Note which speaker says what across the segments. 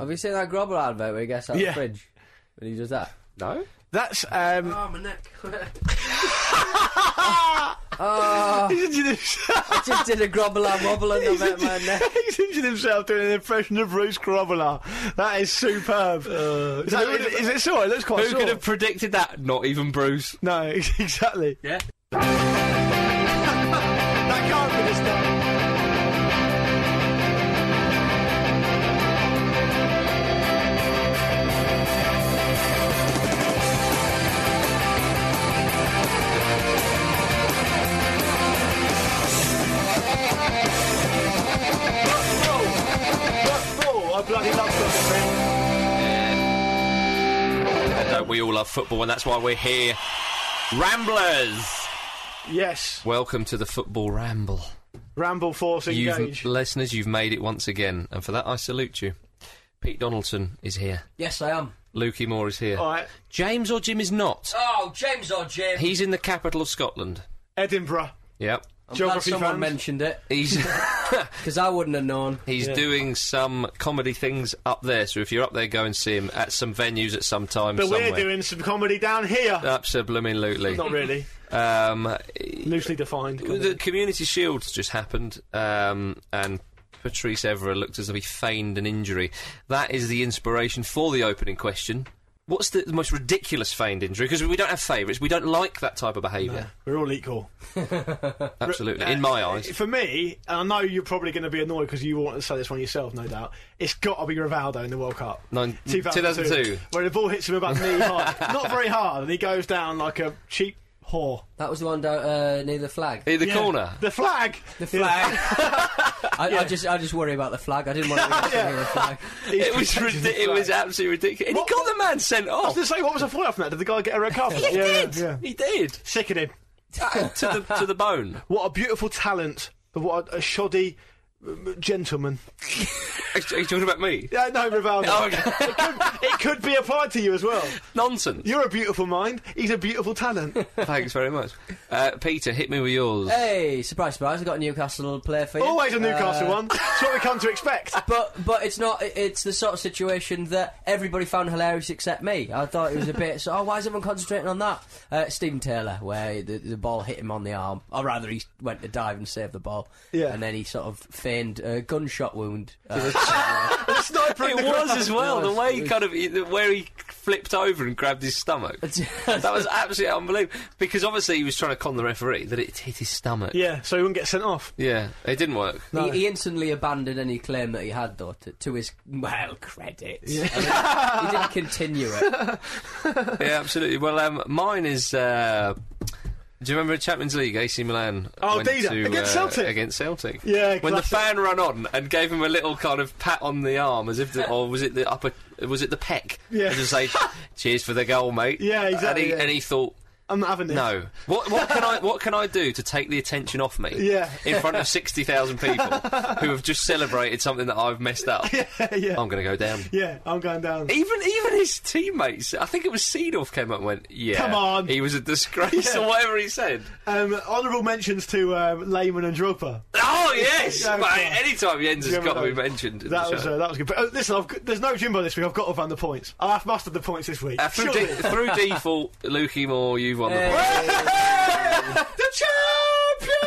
Speaker 1: Have you seen that grubber advert where he gets out
Speaker 2: Yeah.
Speaker 1: the fridge? When he does that?
Speaker 3: No?
Speaker 2: That's um.
Speaker 1: Ah,
Speaker 4: Oh, my neck.
Speaker 3: Oh.
Speaker 2: He's injured himself.
Speaker 1: I just did a grubber and wobble and I met my neck.
Speaker 2: He's injured himself doing an impression of Bruce Grobbler. That is superb.
Speaker 3: Uh,
Speaker 2: is, that- is- is it sore? It looks quite
Speaker 3: Who
Speaker 2: sore.
Speaker 3: could have predicted that? Not even Bruce.
Speaker 2: No, exactly.
Speaker 3: Yeah.
Speaker 2: That can't be this guy. Football. I bloody love football.
Speaker 3: No, we all love football, and that's why we're here. Ramblers!
Speaker 2: Yes,
Speaker 3: Welcome to the Football Ramble.
Speaker 2: Ramble Force Engage.
Speaker 3: You've, listeners, you've made it once again, and for that I salute you. Pete Donaldson is here.
Speaker 1: Yes, I am.
Speaker 3: Lukey Moore is here.
Speaker 2: All right,
Speaker 3: James or Jim is not.
Speaker 1: Oh, James or Jim.
Speaker 3: He's in the capital of Scotland.
Speaker 2: Edinburgh.
Speaker 3: Yep.
Speaker 1: I'm glad
Speaker 2: Geography
Speaker 1: someone
Speaker 2: fans.
Speaker 1: mentioned it
Speaker 3: He's
Speaker 1: because I wouldn't have known.
Speaker 3: he's doing some comedy things up there. So if you're up there, go and see him at some venues at some time
Speaker 2: But
Speaker 3: somewhere.
Speaker 2: we're doing some comedy down here.
Speaker 3: Absolutely.
Speaker 2: Not really.
Speaker 3: Um,
Speaker 2: Loosely defined.
Speaker 3: the community shields just happened, um, and Patrice Evra looked as though he feigned an injury. That is the inspiration for the opening question. What's the, the most ridiculous feigned injury? Because we don't have favourites. We don't like that type of behaviour.
Speaker 2: We're all equal.
Speaker 3: Absolutely,
Speaker 2: uh,
Speaker 3: in my eyes.
Speaker 2: For me, and I know you're probably going to be annoyed because you want to say this one yourself, no doubt. It's got to be Rivaldo in the World Cup.
Speaker 3: Nine- 2002.
Speaker 2: Where the ball hits him about knee high. Not very hard, and he goes down like a cheap whore.
Speaker 1: That was the one down uh, near the flag.
Speaker 3: In the
Speaker 2: Yeah.
Speaker 3: corner.
Speaker 2: The flag.
Speaker 1: The flag. I, I just, I just worry about the flag. I didn't want to get
Speaker 2: Yeah.
Speaker 1: near the flag.
Speaker 2: He's
Speaker 3: It was
Speaker 2: protecting the
Speaker 3: ridi- it
Speaker 2: flag.
Speaker 3: was absolutely ridiculous. And
Speaker 2: What- Oh.
Speaker 3: he got the man sent
Speaker 2: I was
Speaker 3: off.
Speaker 2: going to say, what was the fallout from that? Did the guy get a red card?
Speaker 3: He did.
Speaker 2: yeah.
Speaker 3: He did.
Speaker 2: Sick of him.
Speaker 3: Uh, to the to the bone.
Speaker 2: What a beautiful talent. But what a, a shoddy uh, gentleman.
Speaker 3: Are you talking about me?
Speaker 2: Yeah, no, Rivaldo.
Speaker 3: Oh, okay.
Speaker 2: it, could, it could be applied to you as well.
Speaker 3: Nonsense.
Speaker 2: You're a beautiful mind. He's a beautiful talent.
Speaker 3: Thanks very much, uh, Peter. Hit me with
Speaker 2: Uh,
Speaker 3: yours.
Speaker 1: Hey, surprise, surprise! I got a Newcastle player for you.
Speaker 2: Always a Newcastle
Speaker 1: Uh,
Speaker 2: one. It's what we come to expect.
Speaker 1: But but it's not. it- It's the sort of situation that everybody found hilarious except me. I thought it was a bit. So oh, why is everyone concentrating on that? Uh, Stephen Taylor, where the, the ball hit him on the arm, or rather, he went to dive and save the ball.
Speaker 2: Yeah.
Speaker 1: And then he sort of feigned a gunshot wound. Uh,
Speaker 2: The sniper in
Speaker 3: It
Speaker 2: the
Speaker 3: was
Speaker 2: ground.
Speaker 3: as well. The
Speaker 1: Nice.
Speaker 3: way he kind of he- the- where he flipped over and grabbed his stomach. that was absolutely unbelievable. Because obviously he was trying to con the referee that it hit his stomach.
Speaker 2: Yeah, so he wouldn't get sent off.
Speaker 3: Yeah, it didn't work.
Speaker 1: he, he instantly abandoned any claim that he had, though, to, to his well credit. I mean, he didn't continue it.
Speaker 3: yeah, absolutely. Well, um, mine is. Uh, do you remember in Champions League, AC Milan?
Speaker 2: Oh,
Speaker 3: went
Speaker 2: Dida,
Speaker 3: to,
Speaker 2: against
Speaker 3: uh,
Speaker 2: Celtic.
Speaker 3: Against Celtic.
Speaker 2: Yeah,
Speaker 3: When the
Speaker 2: classic.
Speaker 3: fan ran on and gave him a little kind of pat on the arm, as if, the, or was it the upper, was it the peck?
Speaker 2: Yeah.
Speaker 3: To say, cheers for the goal, mate.
Speaker 2: Yeah, exactly,
Speaker 3: And he,
Speaker 2: yeah.
Speaker 3: and he thought,
Speaker 2: I'm not having this.
Speaker 3: no. What, what can I what can I do to take the attention off me?
Speaker 2: Yeah.
Speaker 3: In front of sixty thousand people who have just celebrated something that I've messed up.
Speaker 2: yeah.
Speaker 3: I'm going to go down.
Speaker 2: yeah, I'm going down.
Speaker 3: Even even his teammates, I think it was Seedorf came up and went, "Yeah,
Speaker 2: Come on."
Speaker 3: he was a disgrace
Speaker 2: Yeah.
Speaker 3: or whatever he said."
Speaker 2: Um, Honourable mentions to um, Lehman and Drogba.
Speaker 3: Oh yes,
Speaker 2: Yeah,
Speaker 3: but
Speaker 2: come on.
Speaker 3: anytime Jens has
Speaker 2: Remember
Speaker 3: got to be
Speaker 2: those?
Speaker 3: mentioned, in
Speaker 2: That
Speaker 3: the
Speaker 2: was
Speaker 3: show.
Speaker 2: uh, that was good. But, uh, listen, I've, got- there's no Jimbo this week. I've got to find the points. I've mustered the points this week.
Speaker 3: Uh, through,
Speaker 2: Surely.
Speaker 3: de- through default, Lukey Moore, you've won
Speaker 1: Hey.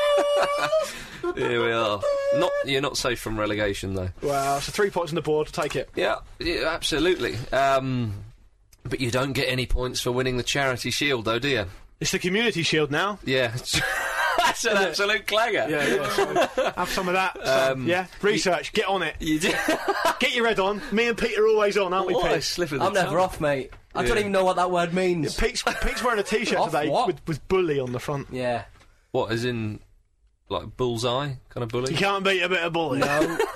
Speaker 3: the. Here we are. Not you're not safe from relegation though.
Speaker 2: Wow, so three points on the board. Take it.
Speaker 3: Yeah, yeah absolutely. Um, but you don't get any points for winning the charity shield, though, do you?
Speaker 2: It's the Community Shield now.
Speaker 3: Yeah, that's an absolute clanger.
Speaker 2: Yeah, yeah. so have some of that. So, yeah, research. Get on it.
Speaker 3: You did.
Speaker 2: Get your head on. Me and Pete are always on, aren't we,
Speaker 3: What a
Speaker 2: Pete?
Speaker 3: slip of the
Speaker 1: I'm never
Speaker 3: tongue.
Speaker 1: off, mate. I don't
Speaker 3: Yeah.
Speaker 1: even know what that word means.
Speaker 2: Pete's, Pete's wearing a t-shirt
Speaker 1: Off
Speaker 2: today
Speaker 1: what?
Speaker 2: with, with bully on the front.
Speaker 1: Yeah.
Speaker 3: What, as in like bullseye kind of bully.
Speaker 2: You can't beat a bit of bullying.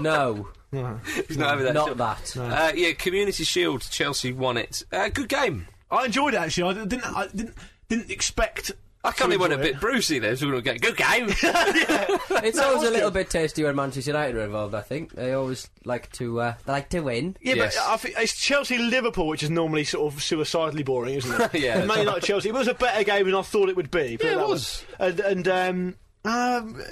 Speaker 1: No, no,
Speaker 3: He's not having that.
Speaker 1: not
Speaker 3: shit.
Speaker 1: that.
Speaker 3: Uh, yeah, Community Shield. Chelsea won it. Uh, good game.
Speaker 2: I enjoyed it actually. I didn't. I didn't. Didn't expect.
Speaker 3: I can't
Speaker 2: to
Speaker 3: even went a
Speaker 2: enjoy it.
Speaker 3: bit brucey there. So we go, good game.
Speaker 1: It's always a little bit tasty when Manchester United are involved. I think they always like to uh, they like to win.
Speaker 2: Yeah,
Speaker 3: Yes.
Speaker 2: but I think it's Chelsea Liverpool, which is normally sort of suicidally boring, isn't it?
Speaker 3: Yeah.
Speaker 2: And Man United Chelsea. It was a better game than I thought it would be. put
Speaker 3: Yeah, it
Speaker 2: that
Speaker 3: was.
Speaker 2: way. And, and um, um,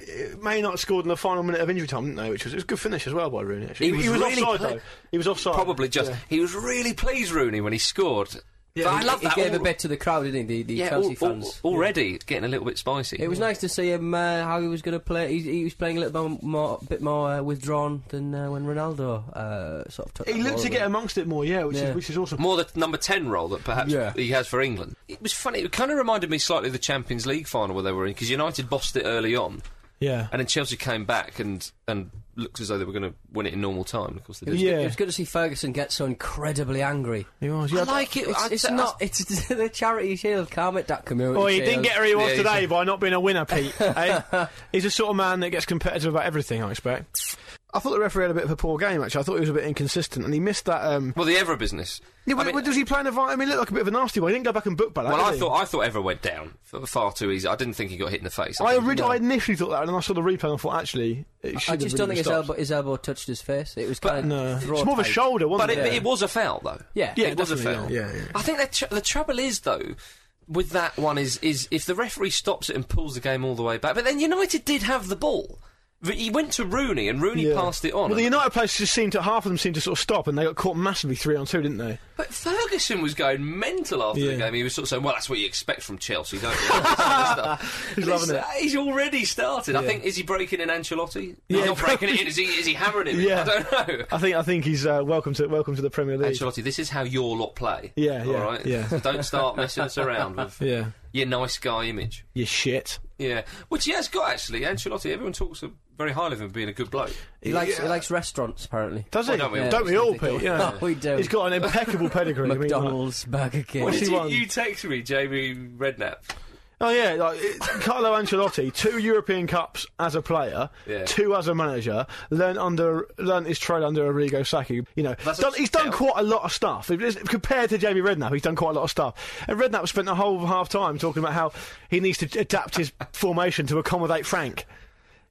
Speaker 2: Man United scored in the final minute of injury time, didn't they? Which was, it was a good finish as well by Rooney. Actually,
Speaker 3: He was really
Speaker 2: offside
Speaker 3: pla-
Speaker 2: though. He was
Speaker 1: Oh,
Speaker 2: offside.
Speaker 3: Probably just.
Speaker 2: Yeah.
Speaker 3: He was really pleased, Rooney, when he scored.
Speaker 1: But
Speaker 3: But I love
Speaker 1: he,
Speaker 3: that.
Speaker 1: He gave
Speaker 3: al-
Speaker 1: a bit to the crowd, didn't he? The, the
Speaker 3: yeah, al-
Speaker 1: Chelsea
Speaker 3: al-
Speaker 1: fans.
Speaker 3: already it's getting a little bit spicy.
Speaker 1: It was nice to see him uh, how he was going to play. He, he was playing a little bit more, bit more uh, withdrawn than uh, when Ronaldo uh, sort of took.
Speaker 2: He
Speaker 1: that
Speaker 2: looked
Speaker 1: ball
Speaker 2: to get
Speaker 1: away.
Speaker 2: amongst it more, yeah, which
Speaker 1: Yeah.
Speaker 2: is which is awesome.
Speaker 3: More the number 10 role that perhaps
Speaker 1: Yeah.
Speaker 3: he has for England. It was funny. It kind of reminded me slightly of the Champions League final where they were in because United bossed it early on
Speaker 2: Yeah,
Speaker 3: and then Chelsea came back and, and looked as though they were going to win it in normal time. Of course they did.
Speaker 2: Yeah.
Speaker 1: It was good to see Ferguson get so incredibly angry.
Speaker 2: he was.
Speaker 3: I
Speaker 2: Yeah.
Speaker 3: like it.
Speaker 1: It's,
Speaker 3: I'd
Speaker 1: it's
Speaker 3: say-
Speaker 1: not. It's the charity shield. Calm it, that community.
Speaker 2: Well, "Oh, he
Speaker 1: shield.
Speaker 2: didn't get where he was
Speaker 3: Yeah, he's
Speaker 2: today by not being a winner, Pete. eh? He's the sort of man that gets competitive about everything, I expect. I thought the referee had a bit of a poor game, actually. I thought he was a bit inconsistent, and he missed that. Um,
Speaker 3: Well, the Ever business.
Speaker 2: yeah,
Speaker 3: I mean-
Speaker 2: was he playing a vi- I mean, he looked like a bit of a nasty one. He didn't go back and book back. that,
Speaker 3: Well,
Speaker 2: did
Speaker 3: I
Speaker 2: he?
Speaker 3: thought I thought Ever went down f- far too easy. I didn't think he got hit in the face.
Speaker 2: I,
Speaker 3: think-
Speaker 2: orig- I initially thought that, and then I saw the replay and I thought, actually, it should
Speaker 1: I just
Speaker 2: have really
Speaker 1: don't
Speaker 2: been
Speaker 1: think his
Speaker 2: stopped.
Speaker 1: elbow, his elbow touched his face. It was kind
Speaker 2: No,
Speaker 1: of
Speaker 2: it's more of a shoulder, wasn't
Speaker 3: but it,
Speaker 2: it?
Speaker 3: it was a foul though.
Speaker 1: Yeah.
Speaker 3: it
Speaker 1: Yeah,
Speaker 3: was a foul.
Speaker 2: definitely, yeah. Yeah, yeah.
Speaker 3: I think the, tr- the trouble is though. With that one is is if the referee stops it and pulls the game all the way back, but then United did have the ball. R- He went to Rooney and Rooney
Speaker 2: Yeah.
Speaker 3: passed it on.
Speaker 2: Well, the United players just seemed to half of them seemed to sort of stop, and they got caught massively three on two, didn't they?
Speaker 3: but Ferguson was going mental after the
Speaker 2: Yeah.
Speaker 3: game. He was sort of saying, "Well, that's what you expect from Chelsea, don't you?" Stuff.
Speaker 2: He's
Speaker 3: And
Speaker 2: loving it.
Speaker 3: uh, He's already started. I think is he breaking in Ancelotti?
Speaker 2: Yeah,
Speaker 3: he's not breaking it
Speaker 2: probably.
Speaker 3: in. Is he? Is he hammering him?
Speaker 2: Yeah.
Speaker 3: I don't know.
Speaker 2: I think I think he's uh, welcome to welcome to the Premier League.
Speaker 3: Ancelotti, this is how your lot play.
Speaker 2: Yeah, yeah,
Speaker 3: All right?
Speaker 2: yeah.
Speaker 3: So don't start messing us around with
Speaker 2: Yeah,
Speaker 3: your nice guy image.
Speaker 2: you shit.
Speaker 3: Yeah. Which he has got, actually. Ancelotti, everyone talks uh, very highly of him being a good bloke.
Speaker 1: He likes he likes restaurants apparently.
Speaker 2: Does
Speaker 3: Well,
Speaker 2: he?
Speaker 3: don't we all?
Speaker 1: Yeah, we do.
Speaker 2: don't we all, Pete? Yeah.
Speaker 1: We do.
Speaker 2: He's got an impeccable pedigree. I mean, like-
Speaker 1: McDonald's, Burger
Speaker 3: What
Speaker 1: King.
Speaker 3: did you,
Speaker 2: 41.
Speaker 3: you text me, Jamie Redknapp?
Speaker 2: oh yeah, like it- Carlo Ancelotti, two European Cups as a player,
Speaker 3: Yeah.
Speaker 2: two as a manager. Learned under, learned his trade under Arrigo Sacchi. You know,
Speaker 3: That's
Speaker 2: done,
Speaker 3: a
Speaker 2: he's done
Speaker 3: shout.
Speaker 2: quite a lot of stuff If it's- compared to Jamie Redknapp. He's done quite a lot of stuff, and Redknapp spent the whole half time talking about how he needs to adapt his formation to accommodate Frank.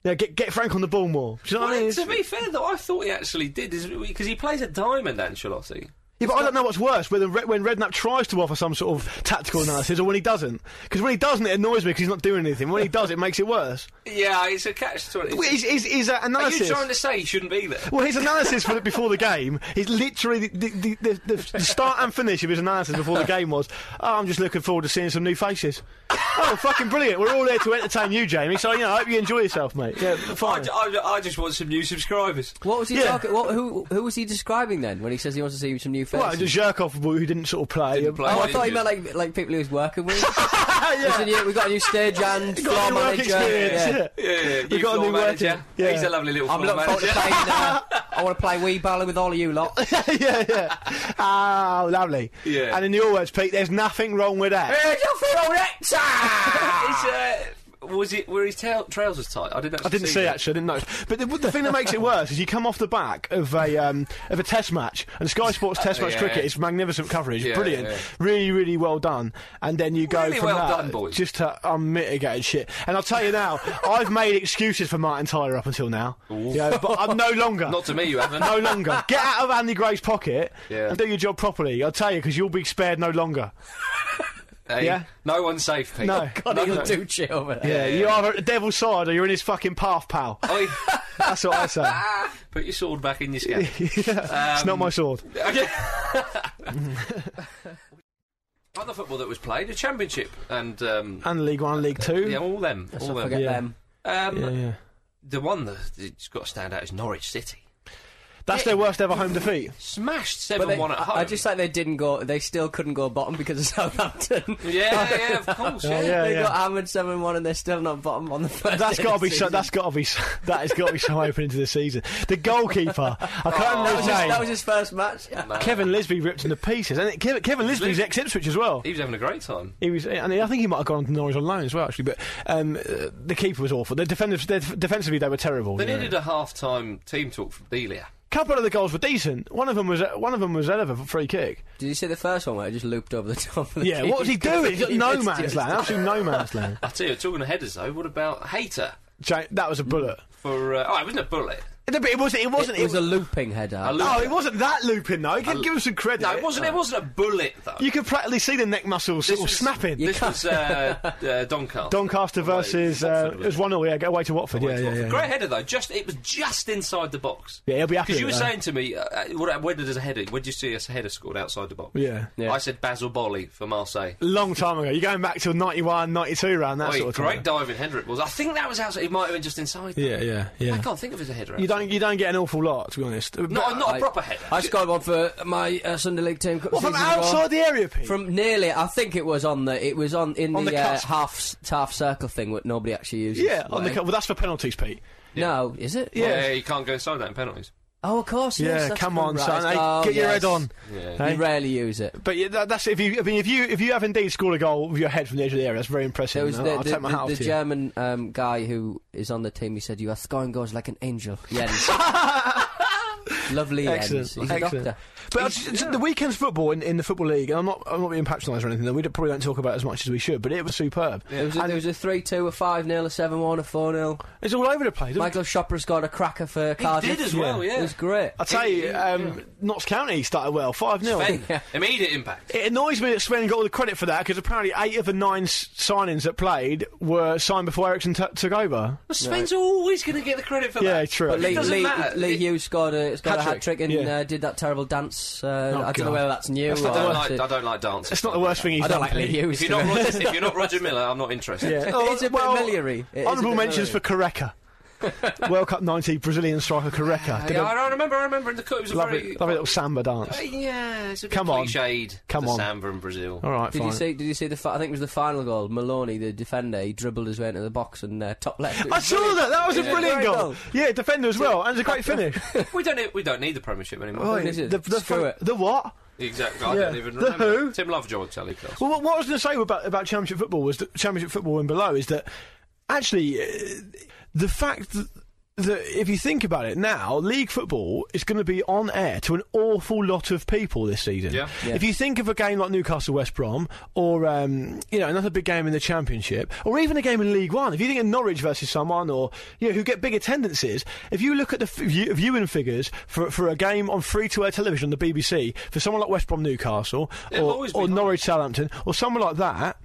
Speaker 2: You know, get get Frank on the ball more. Do you know what I mean?
Speaker 3: Well, to
Speaker 2: It's-
Speaker 3: be fair, though, I thought he actually did. Because he plays a diamond, Ancelotti.
Speaker 2: Yeah, but I don't know what's worse, whether Re- when Redknapp tries to offer some sort of tactical analysis or when he doesn't. Because when he doesn't, it annoys me because he's not doing anything. When he does, it makes it worse.
Speaker 3: Yeah, it's a catch 20.
Speaker 2: Well, Is, is, is that
Speaker 3: Are you
Speaker 2: uh, analysis?
Speaker 3: trying to say he shouldn't be there?
Speaker 2: Well, his analysis for the, before the game is literally the, the, the, the, the start and finish of his analysis before the game was, oh, I'm just looking forward to seeing some new faces. oh, fucking brilliant. We're all here to entertain you, Jamie, so, you know, I hope you enjoy yourself, mate. Yeah,
Speaker 3: I,
Speaker 2: fine.
Speaker 3: I- I just want some new subscribers.
Speaker 1: What was he
Speaker 2: Yeah.
Speaker 1: talking? What, who who was he describing then when he says he wants to see some new faces?
Speaker 2: Well, Zherkov, who didn't sort of play.
Speaker 3: Didn't play.
Speaker 1: Oh, I thought he meant like like people he was working with. Listen, yeah, we got a new stage and floor
Speaker 2: Got any work
Speaker 1: manager.
Speaker 2: experience,
Speaker 1: yeah.
Speaker 3: Yeah, yeah,
Speaker 2: We
Speaker 3: you
Speaker 2: got a
Speaker 3: floor
Speaker 2: new working-
Speaker 3: manager.
Speaker 2: yeah.
Speaker 3: He's a lovely little
Speaker 1: I'm
Speaker 3: floor
Speaker 1: looking forward
Speaker 3: manager.
Speaker 1: to playing. Uh, I want to play wee bally with all of you lot.
Speaker 2: yeah, yeah. Oh, lovely.
Speaker 3: Yeah.
Speaker 2: And in your words, Pete, there's nothing wrong with that.
Speaker 1: Here's your Phil Rector!
Speaker 3: It's, uh, was it were his tail, trousers tight? I didn't. Actually
Speaker 2: Ah. I didn't see
Speaker 3: see that.
Speaker 2: actually, I didn't know. But the, the thing that makes it worse is you come off the back of a um, of a test match, and Sky Sports Test Match
Speaker 3: yeah.
Speaker 2: Cricket is magnificent coverage,
Speaker 3: Yeah,
Speaker 2: brilliant,
Speaker 3: yeah.
Speaker 2: really, really well done. And then you go
Speaker 3: Really
Speaker 2: from
Speaker 3: well
Speaker 2: that
Speaker 3: done, boys.
Speaker 2: just to unmitigated shit. And I'll tell you now, I've made excuses for Martin Tyler up until now, you know, but I'm no longer.
Speaker 3: Not to me, you haven't.
Speaker 2: no longer. Get out of Andy Gray's pocket
Speaker 3: Yeah.
Speaker 2: and do your job properly. I'll tell you, because you'll be spared no longer.
Speaker 3: Hey,
Speaker 2: yeah.
Speaker 3: No one's safe, Pete.
Speaker 2: No.
Speaker 1: God, he'll do shit over there.
Speaker 2: Yeah, you are at the devil's side or you're in his fucking path, pal.
Speaker 3: Oi,
Speaker 2: That's what I say.
Speaker 3: put your sword back in your scabbard.
Speaker 2: it's not my sword.
Speaker 3: Okay. Other football that was played, a championship, and um,
Speaker 2: And League One, League Two.
Speaker 3: yeah, all them,
Speaker 1: Let's
Speaker 3: all
Speaker 1: not
Speaker 3: them.
Speaker 1: forget
Speaker 2: Yeah.
Speaker 1: them.
Speaker 3: Um,
Speaker 2: yeah.
Speaker 3: The one that- that's got to stand out is Norwich City.
Speaker 2: That's their worst ever home defeat.
Speaker 3: Smashed
Speaker 1: But they,
Speaker 3: 7 1 at
Speaker 1: I-
Speaker 3: home.
Speaker 1: I just like they didn't go. They still couldn't go bottom because of Southampton.
Speaker 3: yeah, yeah, of course. Yeah.
Speaker 2: yeah,
Speaker 1: they
Speaker 2: yeah.
Speaker 1: got hammered seven one, and they're still not bottom on the first.
Speaker 2: That's
Speaker 1: day
Speaker 2: got
Speaker 1: of
Speaker 2: to be
Speaker 1: the
Speaker 2: so.
Speaker 1: season.
Speaker 2: That's got to be so, that has got to be so open into the season. The goalkeeper, I can't
Speaker 1: Oh, that
Speaker 2: remember
Speaker 1: was,
Speaker 2: his
Speaker 1: his,
Speaker 2: name.
Speaker 1: that was his first match.
Speaker 3: uh,
Speaker 2: Kevin Lisby ripped into pieces, and it- Kevin, Kevin Lisby's ex Ipswich as well.
Speaker 3: He was having a great time.
Speaker 2: He was, and I think he might have gone to Norwich on loan as well, actually. But um, uh, the keeper was awful. The defenders, their def- defensively, they were terrible.
Speaker 3: They
Speaker 2: you know.
Speaker 3: needed a half-time team talk from Delia.
Speaker 2: couple of the goals were decent. One of them was one of them was Oliver for free kick.
Speaker 1: Did you see the first one where it just looped over the top? of the
Speaker 2: Yeah,
Speaker 1: keeper?
Speaker 2: what was he doing? He's got no
Speaker 1: It's
Speaker 2: man's
Speaker 1: just-
Speaker 2: land. Absolutely no man's land.
Speaker 3: I tell you, talking of headers though, what about Hater
Speaker 2: Ja- that was a bullet.
Speaker 3: for? Uh, oh, it wasn't a bullet.
Speaker 2: No, but it wasn't. It wasn't.
Speaker 1: It was a looping header.
Speaker 3: A loop-
Speaker 2: oh, it wasn't that looping though. Give, give him some credit.
Speaker 3: No, it wasn't. It wasn't a bullet though.
Speaker 2: You could practically see the neck muscles sort of
Speaker 3: was-
Speaker 2: snapping.
Speaker 3: This was uh, uh, Doncaster.
Speaker 2: Doncaster
Speaker 3: Away to
Speaker 2: versus
Speaker 3: Watford,
Speaker 2: uh,
Speaker 3: wasn't
Speaker 2: it was one 0 Yeah, go away to Watford. Yeah,
Speaker 3: Watford.
Speaker 2: yeah, yeah.
Speaker 3: Great header though. Just it was just inside the box.
Speaker 2: Yeah, he'll be happy
Speaker 3: Because you were
Speaker 2: with that.
Speaker 3: saying to me, uh, uh, what- when does a header? When do you see a header scored outside the box?
Speaker 2: Yeah.
Speaker 1: Yeah.
Speaker 3: I said Basil Bolly for Marseille.
Speaker 2: Long time ago. You're going back till 91, 92 round that
Speaker 3: Oi,
Speaker 2: sort of
Speaker 3: great
Speaker 2: time.
Speaker 3: diving header it was. I think that was outside. It might have been just inside.
Speaker 2: yeah, yeah,
Speaker 3: I
Speaker 2: yeah.
Speaker 3: can't think of his header.
Speaker 2: You
Speaker 3: outside.
Speaker 2: don't you don't get an awful lot to be honest.
Speaker 3: No,
Speaker 2: But-
Speaker 3: not a
Speaker 1: I-
Speaker 3: proper header.
Speaker 1: I scored one for my uh, Sunday League team.
Speaker 2: What, from outside the area, Pete?
Speaker 1: From nearly, I think it was on the. It was on in
Speaker 2: On
Speaker 1: the,
Speaker 2: the
Speaker 1: uh,
Speaker 2: cusp.
Speaker 1: half s- half circle thing that nobody actually uses.
Speaker 2: yeah, on the
Speaker 1: Like-
Speaker 2: co- well, that's for penalties, Pete.
Speaker 1: No, is it?
Speaker 3: yeah. yeah, you can't go inside that in penalties.
Speaker 1: Oh, of course. yes,
Speaker 2: Yeah,
Speaker 1: that's
Speaker 2: come on,
Speaker 1: right.
Speaker 2: son. Hey,
Speaker 1: Oh,
Speaker 2: get your
Speaker 1: yes.
Speaker 2: head on.
Speaker 3: Yeah.
Speaker 2: Hey?
Speaker 1: You rarely use it.
Speaker 2: But yeah, that, that's if you. I mean, if you if you have indeed scored a goal with your head from the edge of the area, that's very impressive.
Speaker 1: There was
Speaker 2: No,
Speaker 1: the,
Speaker 2: I'll
Speaker 1: the,
Speaker 2: take my
Speaker 1: the-
Speaker 2: hat off
Speaker 1: the
Speaker 2: to you.
Speaker 1: German um, guy who is on the team. He said, "You are scoring goals like an angel." Jens. Lovely
Speaker 2: Excellent,
Speaker 1: Jens. He's a
Speaker 2: excellent.
Speaker 1: doctor.
Speaker 2: But it's- it's- the weekend's football in, in the football league, and I'm not I'm not being patronised or anything. Though we don't- probably don't talk about it as much as we should, but it was superb.
Speaker 1: There was a, there was a three-two, a five-nil, a seven-one, a four-nil.
Speaker 2: It's all over the place.
Speaker 1: Michael Shopper scored a cracker for
Speaker 3: He
Speaker 1: Cardiff.
Speaker 3: did as well. Yeah.
Speaker 1: It was great.
Speaker 2: Oh, I tell you, um, Notts County started well, five 0
Speaker 3: Ben,
Speaker 1: Yeah.
Speaker 3: Immediate impact.
Speaker 2: It annoys me that Sven got all the credit for that because apparently eight of the nine s- signings that played were signed before Ericsson t- took over.
Speaker 3: Well, Sven's always going to get the credit for
Speaker 2: Yeah,
Speaker 3: that.
Speaker 2: true.
Speaker 1: But
Speaker 2: It
Speaker 1: Lee,
Speaker 3: doesn't
Speaker 1: Lee,
Speaker 3: matter.
Speaker 1: Lee
Speaker 3: It-
Speaker 1: Hughes scored a, scored a hat
Speaker 2: Hat-trick,
Speaker 1: trick and
Speaker 2: yeah.
Speaker 1: uh, did that terrible dance. Uh,
Speaker 2: Oh,
Speaker 1: I don't
Speaker 2: God.
Speaker 1: know whether that's new.
Speaker 2: That's
Speaker 1: or
Speaker 2: not
Speaker 3: I
Speaker 2: the
Speaker 3: don't
Speaker 2: Well,
Speaker 3: like, I don't like dancing.
Speaker 2: It's not the worst thing he's
Speaker 1: I don't
Speaker 2: done.
Speaker 1: like Lee
Speaker 2: Pete.
Speaker 1: Hughes.
Speaker 3: If you're,
Speaker 1: to
Speaker 3: not
Speaker 1: be honest.
Speaker 3: Roger, if you're not Roger Miller, I'm not interested.
Speaker 2: Yeah.
Speaker 1: It's a bit Miliery. It is a
Speaker 2: Oh, Honourable
Speaker 1: bit
Speaker 2: mentions
Speaker 1: Miliery.
Speaker 2: for Careca. World Cup 90 Brazilian striker Careca. Did
Speaker 3: Yeah,
Speaker 2: a
Speaker 3: I remember. I remember in the cut. It was a
Speaker 2: lovely,
Speaker 3: very Oh,
Speaker 2: lovely little samba dance.
Speaker 3: Yeah, it's a bit
Speaker 2: Come on.
Speaker 3: cliched.
Speaker 2: Come
Speaker 3: the
Speaker 2: on.
Speaker 3: samba in Brazil.
Speaker 2: All right,
Speaker 1: Did
Speaker 2: fine.
Speaker 1: you see? Did you see the? Fi- I think it was the final goal. Maloney, the defender, he dribbled his way into the box and uh, top left. It
Speaker 2: I
Speaker 1: was
Speaker 2: saw
Speaker 1: brilliant.
Speaker 2: that. That was a
Speaker 1: Yeah.
Speaker 2: brilliant
Speaker 1: Great
Speaker 2: goal.
Speaker 1: goal.
Speaker 2: Yeah, defender as well, and it's a great finish.
Speaker 3: we don't. Need, we don't need the Premiership anymore.
Speaker 1: Oh, is
Speaker 2: the,
Speaker 1: it?
Speaker 2: the, the,
Speaker 1: Screw it.
Speaker 2: the what?
Speaker 3: Exactly. I
Speaker 2: Yeah.
Speaker 3: don't even
Speaker 2: The
Speaker 3: remember.
Speaker 2: who?
Speaker 3: Tim Lovejoy would tell you. Carl.
Speaker 2: Well, what, what I was going to say about about Championship football was that Championship football and below is that actually uh, the fact that. That if you think about it now, league football is going to be on air to an awful lot of people this season.
Speaker 3: Yeah.
Speaker 1: Yeah.
Speaker 2: If you think of a game like Newcastle West Brom, or um, you know another big game in the Championship, or even a game in League One, if you think of Norwich versus someone, or you know who get big attendances, if you look at the f- view- viewing figures for for a game on free to air television on the BBC for someone like West Brom Newcastle
Speaker 3: It'll
Speaker 2: or,
Speaker 3: always be
Speaker 2: or
Speaker 3: high.
Speaker 2: Norwich Southampton or someone like that.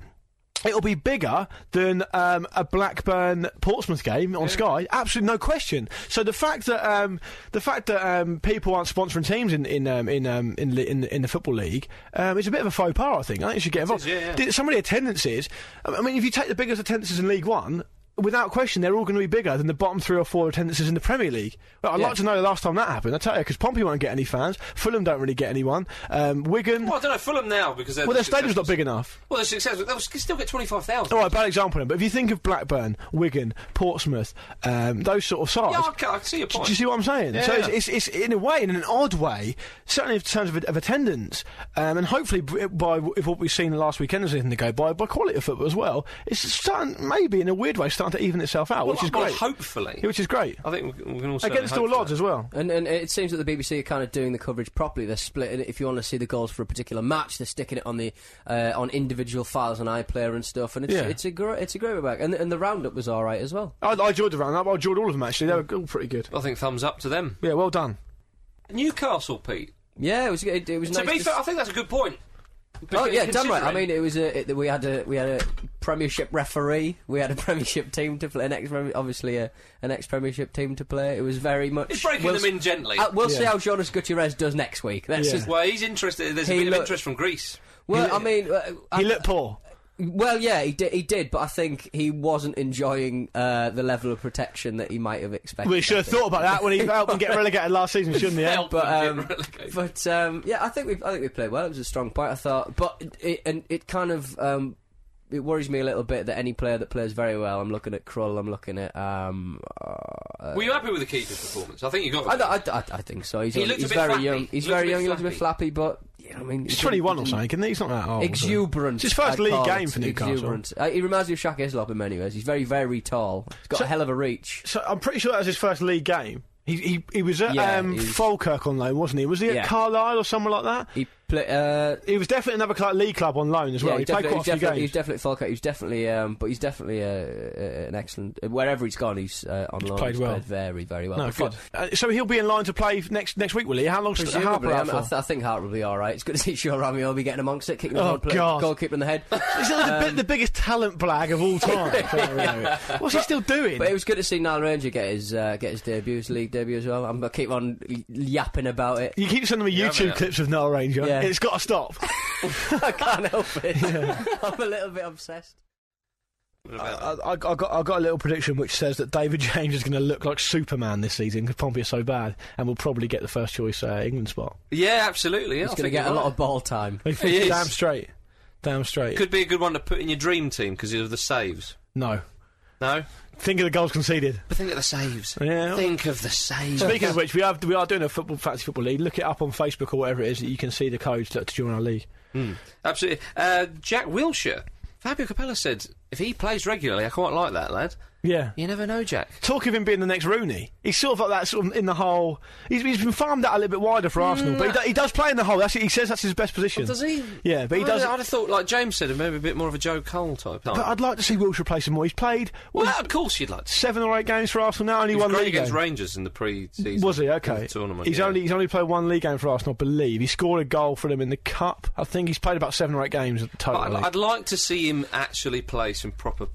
Speaker 2: It'll be bigger than um, a Blackburn Portsmouth game on Sky, absolutely no question. So the fact that um, the fact that um, people aren't sponsoring teams in in um, in, um, in, li- in in the football league um, is a bit of a faux pas. I think I think you should get involved.
Speaker 3: is, yeah, yeah.
Speaker 2: Did- Some of the attendances, I I mean, if you take the biggest attendances in League One. Without question, they're all going to be bigger than the bottom three or four attendances in the Premier League. Well, I'd
Speaker 1: Yeah.
Speaker 2: like to know the last time that happened. I tell you, because Pompey won't get any fans. Fulham don't really get anyone. Um, Wigan,
Speaker 3: Well, I don't know. Fulham now because they're
Speaker 2: well, their stadium's not
Speaker 3: successful.
Speaker 2: big enough.
Speaker 3: Well, they're successful. They'll s- still get twenty five thousand.
Speaker 2: All right, bad example. Then, but if you think of Blackburn, Wigan, Portsmouth, um, those sort of sides,
Speaker 3: Yeah, I, can, I can see your
Speaker 2: do,
Speaker 3: point.
Speaker 2: you see what I'm saying? So
Speaker 3: Yeah.
Speaker 2: it's, it's, it's in a way, in an odd way, certainly in terms of, of attendance, um, and hopefully b- by if what we've seen last weekend is anything to go by, by quality of football as well. It's starting maybe in a weird way starting to even itself out,
Speaker 3: Well,
Speaker 2: which is
Speaker 3: well,
Speaker 2: great.
Speaker 3: Hopefully,
Speaker 2: Yeah, which is great
Speaker 3: I think we, we can also
Speaker 2: against all odds as well.
Speaker 1: And, and it seems that the BBC are kind of doing the coverage properly. They're splitting it. If you want to see the goals for a particular match, they're sticking it on the uh, on individual files on iPlayer and stuff. And it's
Speaker 2: Yeah.
Speaker 1: it's a gr- it's a great way back. And and the roundup was all right as well.
Speaker 2: I, I enjoyed the roundup. I enjoyed all of them actually. They were all pretty good.
Speaker 3: I think thumbs up to them.
Speaker 2: Yeah, well done.
Speaker 3: Newcastle, Pete.
Speaker 1: Yeah, it was it, it was
Speaker 3: To
Speaker 1: nice.
Speaker 3: be
Speaker 1: to
Speaker 3: fair,
Speaker 1: s-
Speaker 3: I think that's a good point.
Speaker 1: Oh
Speaker 3: Because
Speaker 1: yeah, damn right. I
Speaker 3: considering-
Speaker 1: mean, it was a it, we had a we had a Premiership referee. We had a Premiership team to play. An ex obviously a an ex Premiership team to play. It was very much.
Speaker 3: it's breaking
Speaker 1: we'll
Speaker 3: them in gently.
Speaker 1: s- uh, we'll see
Speaker 2: Yeah.
Speaker 1: how Jonas Gutierrez does next week. That's
Speaker 2: Yeah.
Speaker 1: just,
Speaker 3: well, he's interested. There's a
Speaker 1: He
Speaker 3: bit of
Speaker 1: look-
Speaker 3: interest from Greece.
Speaker 1: well, I mean, uh,
Speaker 2: He
Speaker 1: I-
Speaker 2: looked poor.
Speaker 1: Well, yeah, he did. He did, but I think he wasn't enjoying uh, the level of protection that he might have expected.
Speaker 2: We should
Speaker 1: I
Speaker 2: have
Speaker 1: think.
Speaker 2: thought about that when he helped and get relegated last season, shouldn't he? eh?
Speaker 3: Help
Speaker 1: But
Speaker 3: them
Speaker 1: um,
Speaker 3: get relegated.
Speaker 1: but um, yeah, I think we I think we played well. It was a strong point, I thought. But it and it kind of um, it worries me a little bit that any player that plays very well, I'm looking at Krull, I'm looking at um, uh,
Speaker 3: Were you happy with the keeper's performance? I think you got.
Speaker 1: I, I, I, I think so. He's,
Speaker 3: He
Speaker 1: only-
Speaker 3: looked a
Speaker 1: he's
Speaker 3: bit
Speaker 1: very
Speaker 3: flappy.
Speaker 1: young.
Speaker 3: He
Speaker 1: He's
Speaker 3: looked a
Speaker 1: very
Speaker 3: bit
Speaker 1: young. He looked a bit flappy,
Speaker 3: flappy.
Speaker 1: but you know, I mean,
Speaker 2: He's
Speaker 1: he
Speaker 2: 21 or
Speaker 1: didn't-
Speaker 2: something, isn't he? He's not that old.
Speaker 1: Exuberant.
Speaker 2: It's his first
Speaker 1: I'd
Speaker 2: league
Speaker 1: call
Speaker 2: game
Speaker 1: it.
Speaker 2: for Newcastle.
Speaker 1: Exuberant. Uh, he reminds me of Shaq Islop in many ways. He's very, very tall. He's got
Speaker 2: So-
Speaker 1: a hell of a reach.
Speaker 2: So I'm pretty sure that was his first league game. He he, he was at
Speaker 1: Yeah,
Speaker 2: um,
Speaker 1: he was-
Speaker 2: Falkirk on loan, wasn't he? Was he at
Speaker 1: Yeah.
Speaker 2: Carlisle or somewhere like that?
Speaker 1: He play, uh,
Speaker 2: He was definitely another cl- league club on loan as well.
Speaker 1: yeah,
Speaker 2: he
Speaker 1: he's
Speaker 2: played
Speaker 1: definitely, he's
Speaker 2: quite a few
Speaker 1: definitely, he's
Speaker 2: games.
Speaker 1: definitely Falkirk. He's definitely, um, but he's definitely uh, uh, an excellent. Wherever he's gone, he's uh, on loan.
Speaker 2: played
Speaker 1: he's
Speaker 2: well.
Speaker 1: Played very, very well.
Speaker 2: No,
Speaker 1: But Fal-
Speaker 2: good. Uh, so he'll be in line to play next next week, will he? How long's Harper
Speaker 1: Presumably, I,
Speaker 2: out
Speaker 1: mean, I,
Speaker 2: for?
Speaker 1: th- I think Hart will be all right. It's good to see Shoramio will be getting amongst it, kicking the
Speaker 2: Oh,
Speaker 1: goal, play,
Speaker 2: God.
Speaker 1: goalkeeper in the head.
Speaker 2: He's like
Speaker 1: Um,
Speaker 2: the, bi- the biggest talent blag of all time. What's he still doing?
Speaker 1: But it was good to see Niall Ranger get his uh, get his debut, his league debut as well. I'm, I keep on yapping about it.
Speaker 2: You keep sending me
Speaker 3: Yeah,
Speaker 2: YouTube
Speaker 3: mate.
Speaker 2: clips of Noel Ranger.
Speaker 1: Yeah.
Speaker 2: It's got to stop.
Speaker 1: I can't help it. I'm a little bit obsessed.
Speaker 3: What about
Speaker 2: I, I, I, got, I got a little prediction which says that David James is going to look like Superman this season because Pompey are so bad and will probably get the first choice uh, England spot.
Speaker 3: that? yeah, absolutely. Yeah,
Speaker 1: He's going
Speaker 3: I
Speaker 1: to
Speaker 3: think
Speaker 1: get a
Speaker 3: you're
Speaker 1: lot
Speaker 3: right.
Speaker 1: of ball time.
Speaker 2: He
Speaker 3: is.
Speaker 2: Damn straight. Damn straight.
Speaker 3: Could be a good one to put in your dream team because of the saves.
Speaker 2: No.
Speaker 3: No,
Speaker 2: Think of the goals conceded.
Speaker 3: but think of the saves.
Speaker 2: Yeah.
Speaker 3: Think of the saves.
Speaker 2: Speaking of which, we, have, we are doing a football fantasy football league. Look it up on Facebook or whatever it is that you can see the codes to, to join our league.
Speaker 3: Mm, absolutely. Uh, Jack Wilshire. Fabio Capella said, if he plays regularly, I quite like that lad.
Speaker 2: Yeah.
Speaker 3: You never know, Jack.
Speaker 2: Talk of him being the next Rooney. He's sort of like that sort of in the hole. He's, he's been farmed out a little bit wider for Arsenal, but he, do, he does play in the hole. That's, he says that's his best position.
Speaker 3: Mm. Oh, Does he?
Speaker 2: Yeah, but he does.
Speaker 3: I'd have thought, like James said, maybe a bit more of a Joe Cole type.
Speaker 2: But I'd like to see Wilshire play some more. He's played what,
Speaker 3: Oh. well, of course you'd like to.
Speaker 2: seven or eight games for Arsenal now, only
Speaker 3: He was
Speaker 2: one
Speaker 3: great
Speaker 2: league
Speaker 3: against
Speaker 2: game.
Speaker 3: Rangers in the pre-season.
Speaker 2: Was he okay?
Speaker 3: Tournament.
Speaker 2: he's
Speaker 3: yeah.
Speaker 2: only he's only played one league game for Arsenal, I believe. He scored a goal for them in the cup. I think he's played about seven or eight games
Speaker 3: But
Speaker 2: total.
Speaker 3: I'd, I'd like to see him actually play some proper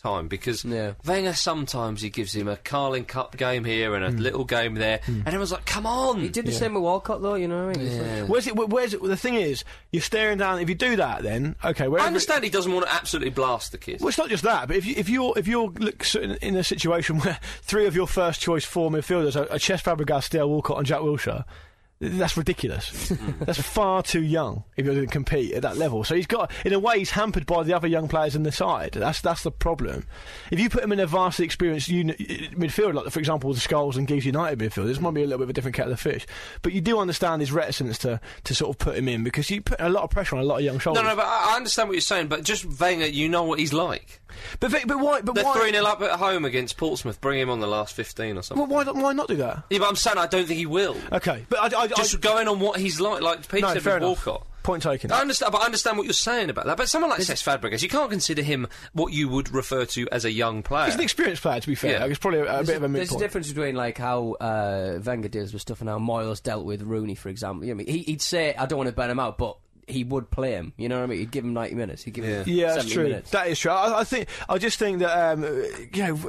Speaker 3: time because
Speaker 1: Yeah.
Speaker 3: Wenger sometimes he gives him a Carling Cup game here
Speaker 2: Hmm.
Speaker 3: and a little game there, and everyone's like, "Come on!"
Speaker 1: He did the same with Walcott, though, you know what I mean? It's like-
Speaker 3: Yeah.
Speaker 2: Where's it? wh- Where's it? The thing is, you're staring down. If you do that, then okay. Wherever
Speaker 3: I understand he doesn't want to absolutely blast the kid.
Speaker 2: Well, it's not just that, but if you, if you're if you're look, so in, in a situation where three of your first choice four midfielders are, are Ches Fabregas, Dale Walcott, and Jack Wilshire, th- that's ridiculous.
Speaker 3: Mm.
Speaker 2: that's far too young if you're going to compete at that level. So he's got, in a way, he's hampered by the other young players in the side. That's that's the problem. If you put him in a vastly experienced uni- midfield, like for example the Skulls and Geese United midfield, this might be a little bit of a different kettle of fish. But you do understand his reticence to to sort of put him in because you put a lot of pressure on a lot of young
Speaker 3: no,
Speaker 2: shoulders.
Speaker 3: no, but I, I understand what you're saying. But just Wenger, you know what he's like.
Speaker 2: But Vic, but why? But
Speaker 3: They're
Speaker 2: why?
Speaker 3: three 0 up at home against Portsmouth. Bring him on the last fifteen or something.
Speaker 2: well, why, why not do that?
Speaker 3: yeah, but I'm saying I don't think he will.
Speaker 2: Okay, but I, I,
Speaker 3: just
Speaker 2: I,
Speaker 3: going on what he's like, like Pete
Speaker 2: No,
Speaker 3: said
Speaker 2: fair
Speaker 3: with
Speaker 2: enough.
Speaker 3: Walcott. Oh,
Speaker 2: point taken.
Speaker 3: I understand, but I understand what you're saying about that. But someone like Cesc Fabregas, you can't consider him what you would refer to as a young player.
Speaker 2: He's an experienced player, to be fair.
Speaker 3: Yeah.
Speaker 2: Like, it's probably a, a bit of a
Speaker 1: there's a
Speaker 2: midpoint.
Speaker 1: difference between like how uh, Wenger deals with stuff and how Moyles dealt with Rooney, for example. You know what I mean? he, he'd say, "I don't want to burn him out," but he would play him. You know what I mean? He'd give him 90 minutes. He'd give him 70
Speaker 2: yeah, that's true.
Speaker 1: minutes.
Speaker 2: That is true. I, I think I just think that um, you know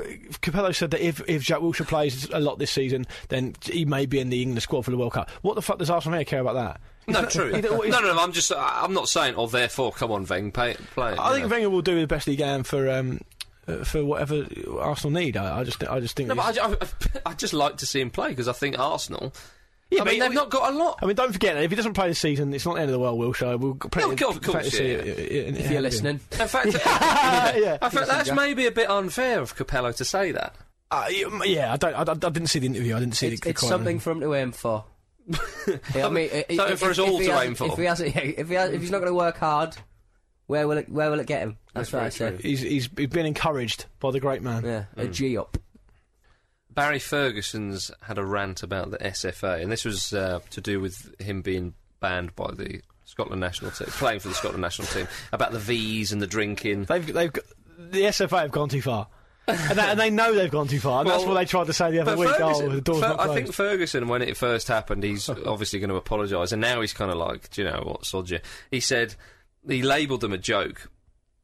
Speaker 2: Capello said that if, if Jack Wilshere plays a lot this season, then he may be in the England squad for the World Cup. What the fuck does Arsenal Wenger care about that?
Speaker 3: no, true.
Speaker 2: He's-
Speaker 3: no,
Speaker 2: he's-
Speaker 3: no, no. I'm just. I- I'm not saying. Oh, therefore, come on, Veng, play, play it.
Speaker 2: I
Speaker 3: you
Speaker 2: think
Speaker 3: know.
Speaker 2: Wenger will do the best he can for um, uh, for whatever Arsenal need. I, I just I just think.
Speaker 3: No,
Speaker 2: he's-
Speaker 3: but I, I, I just like to see him play because I think Arsenal.
Speaker 2: Yeah,
Speaker 3: I
Speaker 2: but
Speaker 3: mean, they've not got a lot.
Speaker 2: I mean, don't forget that if he doesn't play this season, it's not the end of the world. Wilshere, we'll plenty,
Speaker 3: No, of course,
Speaker 2: plenty to see
Speaker 3: yeah.
Speaker 2: it- it- it-
Speaker 1: If you're listening,
Speaker 3: In fact,
Speaker 2: yeah.
Speaker 3: I think that's maybe a bit unfair of Capello to say that.
Speaker 2: Uh, yeah, I don't. I, I didn't see the interview. I didn't see
Speaker 1: it's,
Speaker 2: the.
Speaker 1: it's
Speaker 2: quite-
Speaker 1: something for him to aim for. Yeah, I mean, i- i-
Speaker 3: Something
Speaker 1: if-
Speaker 3: for us
Speaker 1: if
Speaker 3: all
Speaker 1: he
Speaker 3: to
Speaker 1: hasn't-
Speaker 3: aim for.
Speaker 1: If, he hasn't, yeah, if, he has, if he's not going to work hard, where will it? Where will it get him? That's,
Speaker 3: That's
Speaker 1: what I
Speaker 3: very
Speaker 1: say.
Speaker 2: He's, he's he's been encouraged by the great man.
Speaker 1: Yeah, a
Speaker 3: Hmm.
Speaker 1: G up.
Speaker 3: Barry Ferguson's had a rant about the SFA, and this was uh, to do with him being banned by the Scotland national team, playing for the Scotland national team, about the V's and the drinking.
Speaker 2: They've they've got, the SFA have gone too far, and, that, and they know they've gone too far. And that's
Speaker 3: Well,
Speaker 2: what they tried to say the other week.
Speaker 3: Ferguson-
Speaker 2: oh, the door's
Speaker 3: Fer-
Speaker 2: not
Speaker 3: I
Speaker 2: closed.
Speaker 3: think Ferguson, when it first happened, he's obviously going to apologise, and now he's kind of like, do you know what, sod you. He said he labelled them a joke.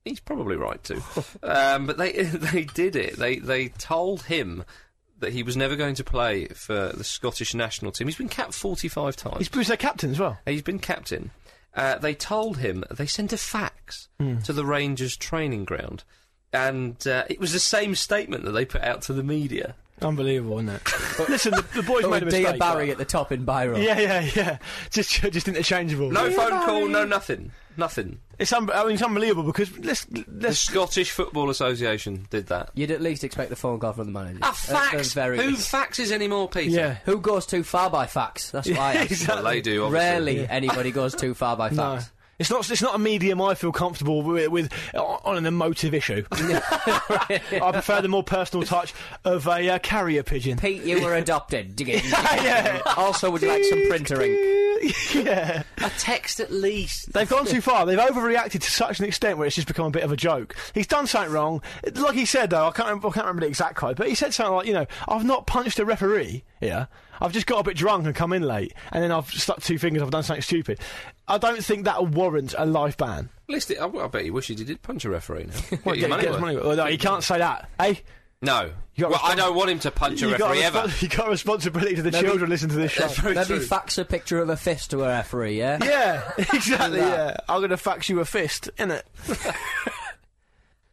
Speaker 3: He's probably right too, um, but they they did it. They they told him that he was never going to play for the Scottish national team. He's been capped forty five times.
Speaker 2: he's, he's their captain as well.
Speaker 3: He's been captain. uh, they told him they sent a fax
Speaker 2: Hmm.
Speaker 3: to the Rangers training ground, and uh, it was the same statement that they put out to the media.
Speaker 2: Unbelievable, isn't it? Listen, the, the boys
Speaker 1: Or
Speaker 2: made a
Speaker 1: Oh, Dia
Speaker 2: mistake.
Speaker 1: Barry at the top in Byron.
Speaker 2: Yeah, yeah, yeah. Just, just interchangeable.
Speaker 3: No phone call, no nothing, nothing.
Speaker 2: it's un- I mean, it's unbelievable because let's
Speaker 3: The
Speaker 2: let's
Speaker 3: Scottish Football Association did that.
Speaker 1: You'd at least expect the phone call from the manager.
Speaker 3: A
Speaker 2: Ah,
Speaker 1: At the
Speaker 3: Ah, fax.
Speaker 1: very
Speaker 3: Who
Speaker 1: least.
Speaker 3: faxes anymore, Peter?
Speaker 2: yeah.
Speaker 1: Who goes too far by fax? That's why.
Speaker 3: Well, they do. Obviously.
Speaker 1: Rarely anybody goes too far by
Speaker 2: No.
Speaker 1: fax.
Speaker 2: It's not. It's not a medium I feel comfortable with, with uh, on an emotive issue. I prefer the more personal touch of a uh, carrier pigeon.
Speaker 1: Pete, you were adopted. Dig it.
Speaker 2: yeah.
Speaker 1: Also, would you like some printer ink?
Speaker 2: yeah.
Speaker 3: A text at least.
Speaker 2: They've gone too far. They've overreacted to such an extent where it's just become a bit of a joke. He's done something wrong. Like he said, though, I can't, remember, I can't remember the exact quote, but he said something like, you know, I've not punched a referee. Yeah. I've just got a bit drunk and come in late, and then I've stuck two fingers, I've done something stupid. I don't think that warrants a life ban.
Speaker 3: At least it, I, I bet you wish he did punch a referee now. Get
Speaker 2: Well,
Speaker 3: your
Speaker 2: get-
Speaker 3: money
Speaker 2: get his
Speaker 3: worth.
Speaker 2: money- well, no, you can't say that, eh?
Speaker 3: No.
Speaker 2: You got
Speaker 3: Well, I
Speaker 2: respons-
Speaker 3: don't want him to punch a
Speaker 2: you got,
Speaker 3: referee ever.
Speaker 2: respons- you got a responsibility to the children listening to this show.
Speaker 3: That's very
Speaker 1: Maybe
Speaker 3: true.
Speaker 1: fax a picture of a fist to a referee, yeah?
Speaker 2: yeah, exactly.
Speaker 1: that.
Speaker 2: Yeah, I'm gonna fax you a fist, innit?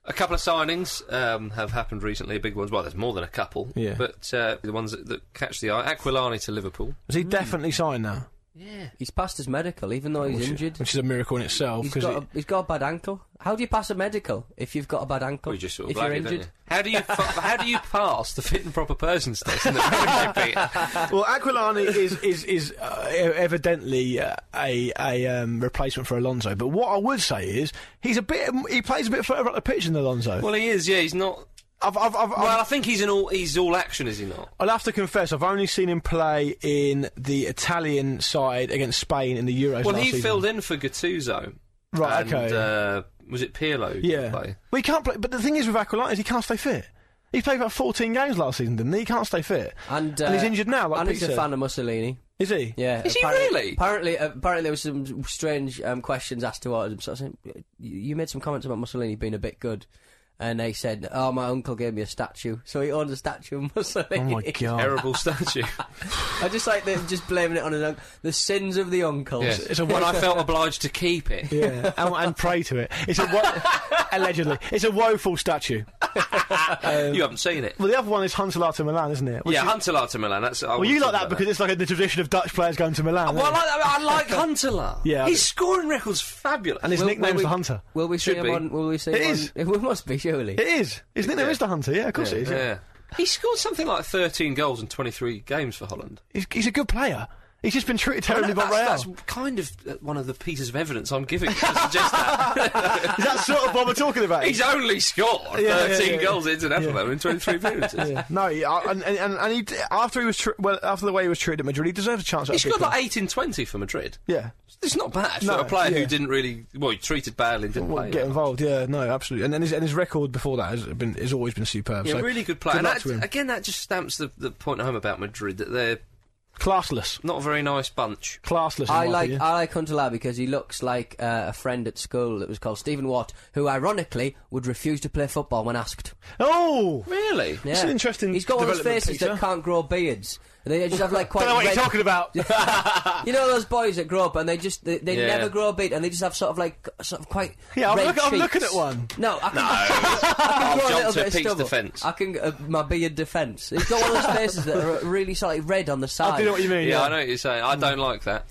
Speaker 3: A couple of signings um, have happened recently, big ones. Well, there's more than a couple.
Speaker 2: Yeah.
Speaker 3: But uh, the ones that, that catch the eye Aquilani to Liverpool.
Speaker 2: Is he definitely signed now?
Speaker 3: Yeah.
Speaker 1: He's passed his medical, even though he's injured.
Speaker 2: Which is a miracle in itself.
Speaker 1: He's
Speaker 2: 'cause
Speaker 1: got,
Speaker 2: it-
Speaker 1: a, he's got a bad ankle. How do you pass a medical if you've got a bad ankle?
Speaker 3: We just sort of
Speaker 1: if you're
Speaker 3: blag it, don't
Speaker 1: injured.
Speaker 3: you? How do you fa- how do you pass the fit and proper persons test in the Premier League?
Speaker 2: Well, Aquilani is is is uh, e- evidently uh, a a um, replacement for Alonso. But what I would say is he's a bit he plays a bit further up the pitch than Alonso.
Speaker 3: Well, he is. Yeah, he's not.
Speaker 2: I've, I've, I've,
Speaker 3: Well, I
Speaker 2: I've,
Speaker 3: think he's an all he's all action, is he not?
Speaker 2: I'll have to confess I've only seen him play in the Italian side against Spain in the Euros.
Speaker 3: Well,
Speaker 2: last
Speaker 3: he
Speaker 2: season.
Speaker 3: filled in for Gattuso.
Speaker 2: Right,
Speaker 3: and,
Speaker 2: okay.
Speaker 3: Uh, was it Pirlo? who
Speaker 2: Yeah,
Speaker 3: played?
Speaker 2: well, he can't play. But the thing is with Aquilani is he can't stay fit. He played about 14 games last season, didn't he? He can't stay fit.
Speaker 1: And,
Speaker 2: he's
Speaker 1: uh,
Speaker 2: injured now, like
Speaker 1: and
Speaker 2: Pete
Speaker 1: he's a
Speaker 2: said.
Speaker 1: fan of Mussolini.
Speaker 2: Is he?
Speaker 1: Yeah.
Speaker 3: Is he
Speaker 1: apparently-
Speaker 3: really?
Speaker 1: Apparently, uh, apparently there was some strange um, questions asked towards him. So I said, "You- you made some comments about Mussolini being a bit good. And they said, oh, my uncle gave me a statue. So he owns a statue of Mussolini.
Speaker 2: Oh, my God.
Speaker 3: Terrible statue.
Speaker 1: I just like them just blaming it on his uncle. The sins of the uncles.
Speaker 3: yeah.
Speaker 2: It's a
Speaker 3: When I felt obliged to keep it.
Speaker 2: Yeah, and, and pray to it. It's a wo- allegedly. It's a woeful statue.
Speaker 3: you haven't seen it.
Speaker 2: Well, the other one is Huntelaar to Milan, isn't it? Which
Speaker 3: yeah,
Speaker 2: is-
Speaker 3: Huntelaar to Milan. That's, I
Speaker 2: well,
Speaker 3: would
Speaker 2: you
Speaker 3: talk
Speaker 2: like that
Speaker 3: about
Speaker 2: because it's like a, the tradition of Dutch players going to Milan.
Speaker 3: Well, I
Speaker 2: isn't it?
Speaker 3: like, I like Huntelaar.
Speaker 2: Yeah, I
Speaker 3: his
Speaker 2: do.
Speaker 3: scoring record's fabulous.
Speaker 2: and his
Speaker 1: Will-
Speaker 2: nickname's
Speaker 1: will we-
Speaker 2: the Hunter.
Speaker 1: Will we see
Speaker 3: Should
Speaker 1: him
Speaker 3: be.
Speaker 1: on? Will we see
Speaker 2: It
Speaker 1: him
Speaker 2: is.
Speaker 1: on- It must be, surely.
Speaker 2: It is. His nickname is the Hunter. Yeah, of course it is. Yeah.
Speaker 3: yeah. He scored something like 13 goals in 23 games for Holland.
Speaker 2: He's, he's a good player. He's just been treated
Speaker 3: I know
Speaker 2: terribly by Real.
Speaker 3: that's, that's kind of uh, one of the pieces of evidence I'm giving to suggest that.
Speaker 2: Is that sort of what we're talking about?
Speaker 3: He's only scored
Speaker 2: Yeah, yeah,
Speaker 3: 13
Speaker 2: yeah.
Speaker 3: goals international in 23 appearances.
Speaker 2: Yeah. No, he, I- and, and, and and he, d- after he was tr- well after the way he was treated at Madrid, he deserves a chance. at a
Speaker 3: He
Speaker 2: big
Speaker 3: scored
Speaker 2: club.
Speaker 3: like 18 20 for Madrid.
Speaker 2: yeah,
Speaker 3: It's not bad
Speaker 2: No,
Speaker 3: for a player
Speaker 2: yeah.
Speaker 3: who didn't really. Well, he treated badly and didn't
Speaker 2: Well,
Speaker 3: play.
Speaker 2: get
Speaker 3: that much.
Speaker 2: involved. Yeah, no, absolutely. And, and his and his record before that has been has always been superb.
Speaker 3: Yeah,
Speaker 2: so
Speaker 3: really good player.
Speaker 2: Good
Speaker 3: and
Speaker 2: luck
Speaker 3: that,
Speaker 2: to him.
Speaker 3: again, that just stamps the, the point home about Madrid that they're
Speaker 2: Classless,
Speaker 3: not a very nice bunch.
Speaker 2: classless. in
Speaker 1: I
Speaker 2: my
Speaker 1: like
Speaker 2: opinion.
Speaker 1: I like Huntelaar because he looks like uh, a friend at school that was called Stephen Watt, who ironically would refuse to play football when asked.
Speaker 2: Oh,
Speaker 3: Really?
Speaker 1: Yeah.
Speaker 2: It's an interesting
Speaker 1: He's got one of those
Speaker 2: development,
Speaker 1: faces
Speaker 2: Peter.
Speaker 1: that can't grow beards. They just have like quite.
Speaker 2: don't know what you're
Speaker 1: red-
Speaker 2: talking about.
Speaker 1: You know those boys that grow up and they just they, they
Speaker 3: Yeah.
Speaker 1: never grow a beard and they just have sort of like sort of quite.
Speaker 2: Yeah, I'm
Speaker 1: red
Speaker 2: look- I'm
Speaker 1: cheeks.
Speaker 2: looking at one.
Speaker 1: No, I can,
Speaker 3: I'll
Speaker 1: I can grow a
Speaker 3: jump
Speaker 1: little
Speaker 3: to
Speaker 1: bit of
Speaker 3: Pete's
Speaker 1: stubble.
Speaker 3: defence.
Speaker 1: I can uh, my beard defence. He's got one of those faces that are really sort of like red on the side.
Speaker 2: I do know what you mean.
Speaker 3: Yeah, I know what you're saying. I don't like that.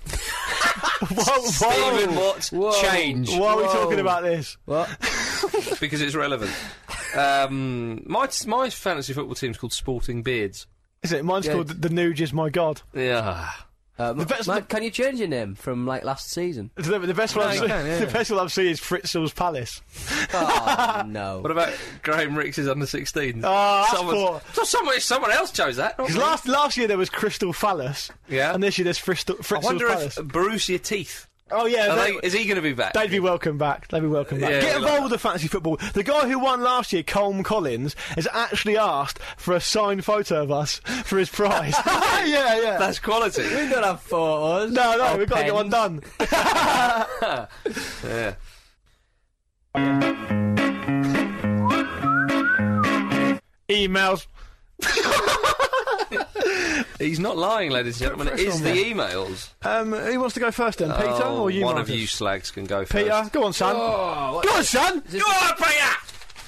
Speaker 2: Whoa, whoa,
Speaker 3: Even what
Speaker 1: Whoa.
Speaker 3: change
Speaker 2: why are we
Speaker 1: Whoa.
Speaker 2: talking about this?
Speaker 1: What?
Speaker 3: because it's relevant. Um, my my fantasy football team's called Sporting Beards.
Speaker 2: Is it? Mine's
Speaker 1: Yeah.
Speaker 2: called the Nuges. My God,
Speaker 3: Yeah,
Speaker 1: Uh, Ma-
Speaker 2: best-
Speaker 1: Ma- can you change your name from like last season?
Speaker 2: the, the best one. I've
Speaker 3: you
Speaker 2: seen,
Speaker 3: can, yeah,
Speaker 2: the
Speaker 3: yeah.
Speaker 2: best one I've seen is Fritzl's Palace.
Speaker 1: Oh no.
Speaker 3: What about Graham Rix's under 16?
Speaker 2: Ah, that's poor.
Speaker 3: so someone, someone else chose that. not
Speaker 2: Because
Speaker 3: me.
Speaker 2: last last year there was Crystal Phallus.
Speaker 3: Yeah.
Speaker 2: and this year there's Fritzl,
Speaker 3: I
Speaker 2: Fritzl's
Speaker 3: wonder if
Speaker 2: Palace.
Speaker 3: Borussia Teeth.
Speaker 2: oh yeah,
Speaker 3: Are
Speaker 2: they-
Speaker 3: they, is he going to be back?
Speaker 2: They'd be welcome back. They'd be welcome back.
Speaker 3: Yeah,
Speaker 2: Get
Speaker 3: we
Speaker 2: involved
Speaker 3: like
Speaker 2: with the fantasy football. The guy who won last year, Colm Collins, has actually asked for a signed photo of us for his prize. yeah, yeah.
Speaker 3: That's quality.
Speaker 1: We don't have photos.
Speaker 2: no, no,
Speaker 3: Oh,
Speaker 1: Or
Speaker 2: we've got to get one
Speaker 1: pens.
Speaker 2: done.
Speaker 3: yeah.
Speaker 2: Emails.
Speaker 3: He's not lying, ladies and gentlemen. It
Speaker 2: pressure
Speaker 3: is
Speaker 2: on
Speaker 3: the
Speaker 2: me.
Speaker 3: emails.
Speaker 2: Um, who wants to go first then, Peter
Speaker 3: Oh,
Speaker 2: or you?
Speaker 3: one
Speaker 2: Marcus?
Speaker 3: of you slags can go first.
Speaker 2: Peter, go on, son.
Speaker 1: Oh, what-
Speaker 2: Go on, son.
Speaker 1: Go
Speaker 3: on, Peter!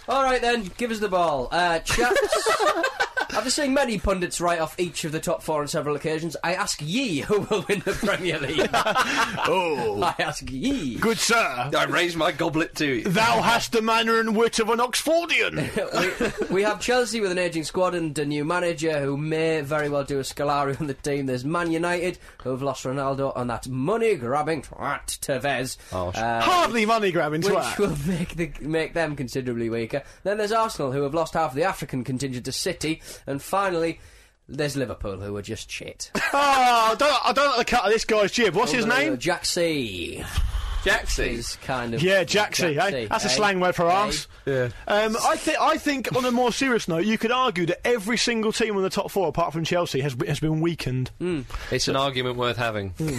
Speaker 1: All right then, give us the ball. Uh, chaps. After seeing many pundits write off each of the top four on several occasions, I ask ye who will win the Premier League.
Speaker 2: Oh,
Speaker 1: I ask ye.
Speaker 2: good sir.
Speaker 3: I raise my goblet to you.
Speaker 2: Thou hast the manner and wit of an Oxfordian.
Speaker 1: we, we have Chelsea with an ageing squad and a new manager who may very well do a Scolari on the team. There's Man United who have lost Ronaldo on that money grabbing twat Tevez.
Speaker 3: Oh, sh-
Speaker 1: Uh,
Speaker 2: Hardly money grabbing
Speaker 1: which
Speaker 2: twat.
Speaker 1: will make the, make them considerably weaker. Then there's Arsenal, who have lost half the African contingent to City, and finally there's Liverpool, who are just shit.
Speaker 2: Oh, I don't, I don't like the cut of this guy's jib. What's his name?
Speaker 1: Jack C.
Speaker 3: Jackson's.
Speaker 1: Is kind of
Speaker 2: Yeah, Jaxie. Eh? That's a
Speaker 1: eh?
Speaker 2: slang word for
Speaker 1: Eh?
Speaker 2: arse.
Speaker 3: Yeah.
Speaker 2: Um, I think. I think on a more serious note, you could argue that every single team in the top four, apart from Chelsea, has has been weakened.
Speaker 1: Mm.
Speaker 3: It's an argument worth having.
Speaker 2: Mm.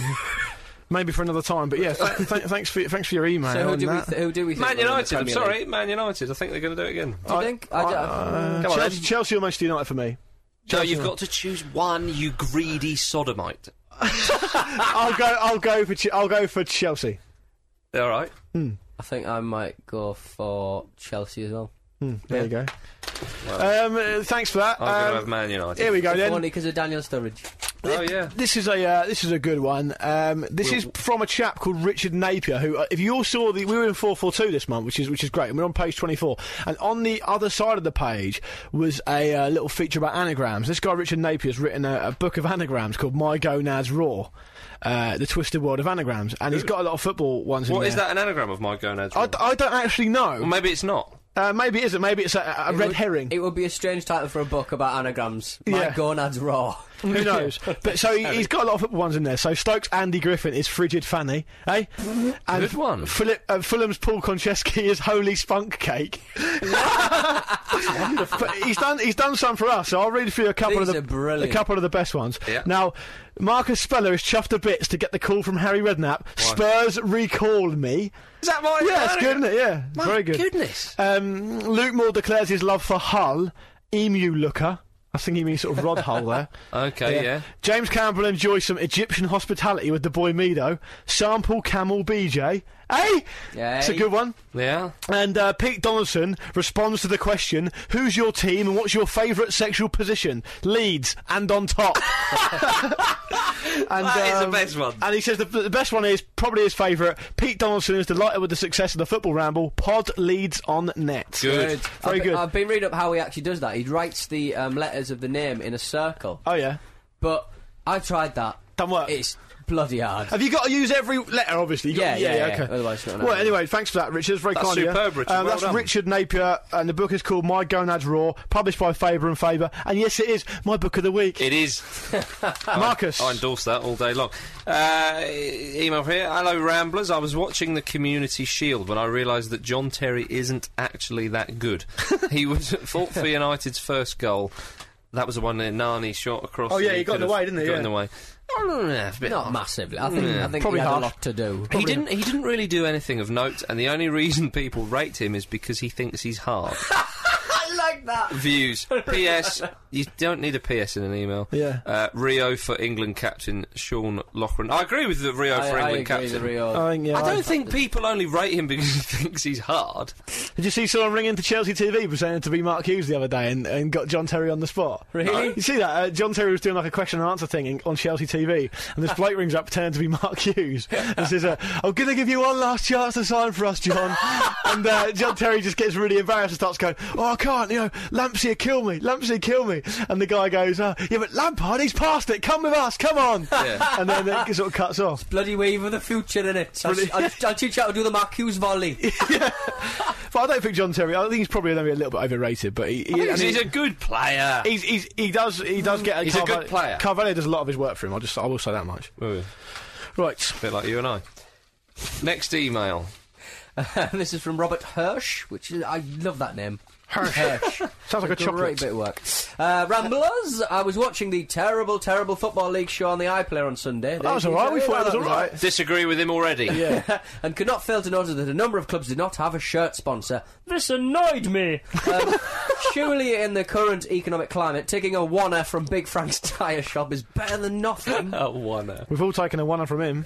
Speaker 2: Maybe for another time. But yeah, th- th- thanks for thanks for your email.
Speaker 1: So who
Speaker 2: on
Speaker 1: do, we
Speaker 2: that.
Speaker 1: th- who do we think? will win
Speaker 3: Man
Speaker 1: the
Speaker 3: United, I'm
Speaker 1: Premier
Speaker 3: sorry,
Speaker 1: League?
Speaker 3: Man United. I think they're going to do it again.
Speaker 2: Oh,
Speaker 1: Do you think? I
Speaker 2: I-
Speaker 1: don't-
Speaker 2: uh,
Speaker 3: Come on,
Speaker 2: Chelsea,
Speaker 3: then.
Speaker 2: Chelsea or Manchester United for me.
Speaker 3: No, you've got to choose one, you greedy sodomite.
Speaker 2: I'll go. I'll go for. Ch- I'll go for Chelsea.
Speaker 3: All right.
Speaker 1: I think I might go for Chelsea as well.
Speaker 2: There you go. Um, uh, thanks for that.
Speaker 3: I'm going to
Speaker 2: Um,
Speaker 3: have Man United.
Speaker 2: here we go then.
Speaker 1: Only because of Daniel Sturridge.
Speaker 3: Oh, yeah.
Speaker 2: This is a uh, this is a good one. Um, this is from a chap called Richard Napier. Who, uh, if you all saw the, we were in four four two this month, which is which is great. And we're on page twenty four, and on the other side of the page was a uh, little feature about anagrams. This guy Richard Napier's written a, a book of anagrams called My Gonads Raw, uh, the twisted world of anagrams, and he's got a lot of football ones. in
Speaker 3: What is
Speaker 2: there.
Speaker 3: that an anagram of my gonads?
Speaker 2: I, d- I don't actually
Speaker 3: Well,
Speaker 2: know.
Speaker 3: maybe it's not.
Speaker 2: Uh, maybe it isn't. Maybe it's a, a
Speaker 1: It
Speaker 2: red
Speaker 1: would-
Speaker 2: herring.
Speaker 1: It would be a strange title for a book about anagrams. My
Speaker 2: Yeah.
Speaker 1: gonads raw.
Speaker 2: Who knows? But so he, he's got a lot of football ones in there. So Stokes Andy Griffin is frigid Fanny, eh? And
Speaker 3: Good one.
Speaker 2: Philip, uh, Fulham's Paul Konchesky is holy spunk cake. but he's done he's done some for us. So I'll read for you a couple
Speaker 1: These
Speaker 2: of the
Speaker 1: are brilliant.
Speaker 2: a couple of the best ones.
Speaker 3: Yeah.
Speaker 2: Now, Marcus Speller is chuffed to bits to get the call from Harry Redknapp. Spurs recall me.
Speaker 3: Is that my
Speaker 2: Yeah, it's good, isn't
Speaker 3: anagram?
Speaker 2: it? Yeah,
Speaker 3: My
Speaker 2: very good.
Speaker 3: goodness.
Speaker 2: Um, Luke Moore declares his love for Hull. Emu looker. I think he means sort of Rod Hull there.
Speaker 3: Okay, yeah.
Speaker 2: James Campbell enjoys some Egyptian hospitality with the boy Mido. Sample Camel BJ. Hey! It's a
Speaker 1: Hey.
Speaker 2: good one.
Speaker 3: Yeah.
Speaker 2: And uh, Pete Donaldson responds to the question Who's your team and what's your favourite sexual position? Leeds and on top. and, um,
Speaker 3: That is the best one.
Speaker 2: And he says the, the best one is probably his favourite. Pete Donaldson is delighted with the success of the football ramble. Pod Leeds on net.
Speaker 3: Good.
Speaker 2: Very
Speaker 1: I've,
Speaker 2: good.
Speaker 1: I've been reading up how he actually does that. He writes the um, letters of the name in a circle.
Speaker 2: Oh, yeah.
Speaker 1: But I tried that.
Speaker 2: Done work.
Speaker 1: It's bloody hard.
Speaker 2: Have you got to use every letter? Obviously, you
Speaker 1: Yeah,
Speaker 2: got,
Speaker 1: yeah, yeah. Otherwise it's not an
Speaker 2: well,
Speaker 1: album.
Speaker 2: anyway, thanks for that, Richard. It's very
Speaker 3: That's
Speaker 2: kind of you.
Speaker 3: superb, Richard.
Speaker 2: Um,
Speaker 3: Well
Speaker 2: that's
Speaker 3: done.
Speaker 2: Richard Napier, and the book is called My Gonads Raw, published by Faber and Faber. And yes, it is my book of the week.
Speaker 3: It is.
Speaker 2: Marcus,
Speaker 3: I endorse that all day long. Uh, email here. Hello, Ramblers. I was watching the Community Shield when I realised that John Terry isn't actually that good. he was at fault for United's first goal. That was the one that Nani shot across.
Speaker 2: Oh, yeah,
Speaker 3: and
Speaker 2: he got in the
Speaker 3: could have
Speaker 2: way, didn't he?
Speaker 3: Got
Speaker 2: Yeah.
Speaker 3: in the way. Oh, no, no, no, it's a bit
Speaker 1: Not massively. I think, I think
Speaker 2: Probably
Speaker 1: he had
Speaker 2: half.
Speaker 1: a lot to do.
Speaker 3: He didn't. He didn't really do anything of note, and the only reason people rate him is because he thinks he's hard.
Speaker 1: I like that.
Speaker 3: Views. P.S. You don't need a P.S. in an email.
Speaker 2: Yeah.
Speaker 3: Uh, Rio for England captain Sean Loughran. I agree with the Rio
Speaker 1: I,
Speaker 3: for
Speaker 1: I
Speaker 3: England
Speaker 1: agree with
Speaker 3: captain.
Speaker 1: Rio.
Speaker 2: I think, yeah,
Speaker 3: I don't think people only rate him because he thinks he's hard.
Speaker 2: Did you see someone ringing to Chelsea TV pretending to be Mark Hughes the other day and, and got John Terry on the spot?
Speaker 1: Really?
Speaker 2: You see that? Uh, John Terry was doing like a question and answer thing in, on Chelsea TV, and this bloke rings up pretending to be Mark Hughes and says, uh, I'm going to give you one last chance to sign for us, John. and uh, John Terry just gets really embarrassed and starts going, Oh, I can't, you know, Lampsey kill me, Lampsey kill me. And the guy goes, uh, Yeah, but Lampard, he's past it, come with us, come on.
Speaker 3: Yeah.
Speaker 2: And then it sort of cuts off.
Speaker 1: Bloody wave of the future in it. I'll,
Speaker 2: Brilliant.
Speaker 1: I'll, I'll teach you how to do the Mark Hughes volley.
Speaker 2: But I don't think John Terry, I think he's probably going to be a little bit overrated, but he, he- I
Speaker 3: he's
Speaker 2: mean-
Speaker 3: a good player.
Speaker 2: He's, he's, he does he does get.
Speaker 3: He's a good player.
Speaker 2: Carvalho does a lot of his work for him. I just I will say that much.
Speaker 3: Ooh,
Speaker 2: Right.
Speaker 3: a bit like you and I. Next email.
Speaker 1: this is from Robert Hirsch, which is, I love that name. Hirsch.
Speaker 2: Sounds like a
Speaker 1: Great
Speaker 2: chocolate.
Speaker 1: bit of work. Uh, Ramblers, I was watching the terrible, terrible Football League show on the iPlayer on Sunday.
Speaker 2: That was all right. We thought it was all right.
Speaker 3: Disagree with him already.
Speaker 1: and could not fail to notice that a number of clubs did not have a shirt sponsor. This annoyed me. Um, surely, in the current economic climate, taking a wanner from Big Frank's tyre shop is better than nothing.
Speaker 3: A wanner.
Speaker 2: We've all taken a one from him.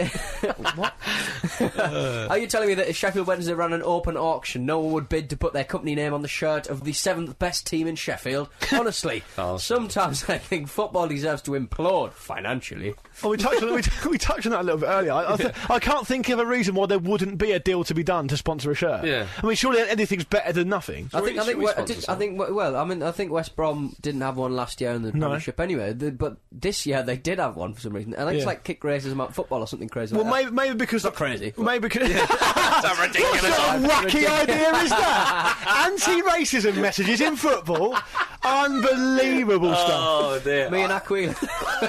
Speaker 1: Are you telling me that if Sheffield Wednesday ran an open auction, no one would bid to put their company name on the shirt of the seventh best team in Sheffield? Honestly,
Speaker 3: Oh.
Speaker 1: sometimes I think football deserves to implode financially.
Speaker 2: Well, Oh, we touched on we, we touched on that a little bit earlier. I, I, th- I can't think of a reason why there wouldn't be a deal to be done to sponsor a shirt.
Speaker 3: Yeah.
Speaker 2: I mean, surely anything's better than nothing.
Speaker 1: I
Speaker 3: we-
Speaker 1: think. I
Speaker 3: should
Speaker 1: think.
Speaker 3: we
Speaker 1: we- I,
Speaker 3: sponsor
Speaker 1: think- I
Speaker 3: some?
Speaker 1: think. Well, I mean, I think West Brom didn't have one last year in the
Speaker 2: No.
Speaker 1: Premiership anyway. The, but this year they did have one for some reason. I think it's
Speaker 2: Yeah.
Speaker 1: like kick races about football or something crazy.
Speaker 3: Uh,
Speaker 2: Well,
Speaker 1: like
Speaker 2: maybe, maybe because
Speaker 1: It's not crazy, but-
Speaker 2: Maybe because
Speaker 3: That's a ridiculous
Speaker 2: what sort of
Speaker 3: idea.
Speaker 2: wacky idea is that? Anti-racism messages in football. Unbelievable
Speaker 3: Oh dear.
Speaker 1: that. me and Aquila.
Speaker 2: stuff.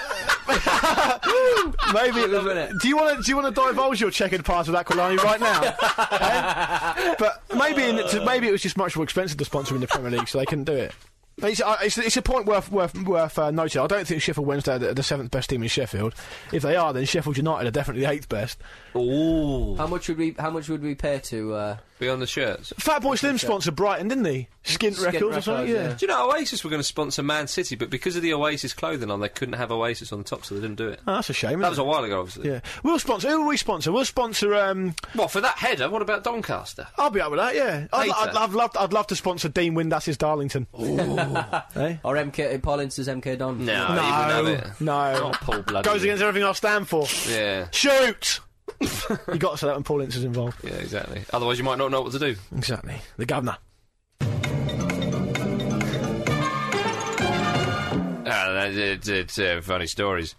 Speaker 2: Maybe it
Speaker 1: Loving it.
Speaker 2: Do you want to do you want to divulge your checkered past with Aquilani right now? Eh? But maybe in, to- maybe it was just much more expensive to sponsor in the Premier League, so they couldn't do it. It's, uh, it's, it's a point worth worth worth uh, noting. I don't think Sheffield Wednesday are the, the seventh best team in Sheffield. If they are, then Sheffield United are definitely the eighth best.
Speaker 3: Ooh.
Speaker 1: how much would we? How much would we pay to? Uh,
Speaker 3: Be on the shirts.
Speaker 2: Fatboy Slim sponsored Brighton, didn't he? Skint,
Speaker 1: Skint
Speaker 2: Records or
Speaker 1: Records,
Speaker 2: something. Yeah.
Speaker 1: yeah.
Speaker 3: Do you know Oasis were going to sponsor Man City, but because of the Oasis clothing on, they couldn't have Oasis on the top, so they didn't do it.
Speaker 2: Oh, that's a shame.
Speaker 3: That
Speaker 2: isn't
Speaker 3: was a while ago, obviously.
Speaker 2: Yeah, we'll sponsor. Who will we sponsor? We'll sponsor. Um,
Speaker 3: Well, for that header, what about Doncaster?
Speaker 2: I'll be up with that. Yeah, I'd,
Speaker 3: Later.
Speaker 2: I'd, I'd love. I'd love to sponsor Dean Windass's Darlington. Eh?
Speaker 1: or MK Paul Ince's MK Don?
Speaker 3: No,
Speaker 2: No,
Speaker 3: even have it.
Speaker 2: no.
Speaker 3: Not Paul Bloody.
Speaker 2: Goes against everything I stand for.
Speaker 3: Yeah,
Speaker 2: Shoot! you got to say that when Paul Ince is involved.
Speaker 3: yeah, exactly. Otherwise, you might not know what to do.
Speaker 2: Exactly. The governor.
Speaker 3: Ah, it's, it's uh, funny stories.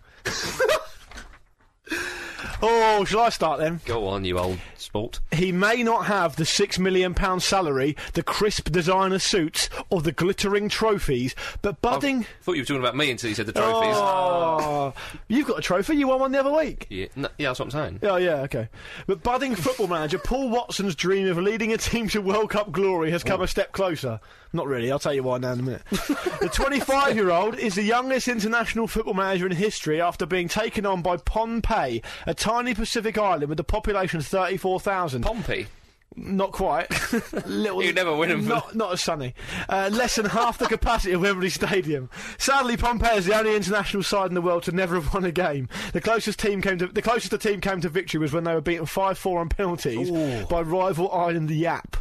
Speaker 2: Oh, shall I start then?
Speaker 3: Go on, you old sport.
Speaker 2: He may not have the six million pound salary, the crisp designer suits, or the glittering trophies, but budding.
Speaker 3: Thought you were talking about me until you said the trophies.
Speaker 2: Oh, you've got a trophy. You won one the other week.
Speaker 3: Yeah, no, yeah, that's what I'm saying.
Speaker 2: Oh yeah, okay. But budding football manager Paul Watson's dream of leading a team to World Cup glory has come a step closer. Not really. I'll tell you why now in a minute. the 25-year-old is the youngest international football manager in history after being taken on by Pohnpei, a tiny Pacific island with a population of 34,000.
Speaker 3: Pompey.
Speaker 2: Not quite. Little,
Speaker 3: You'd never win 'em for
Speaker 2: Not, not as sunny. Uh, less than half the capacity of Wembley Stadium. Sadly, Pompey is the only international side in the world to never have won a game. The closest team came to the closest the team came to victory was when they were beaten five four on penalties by rival Ireland Yap.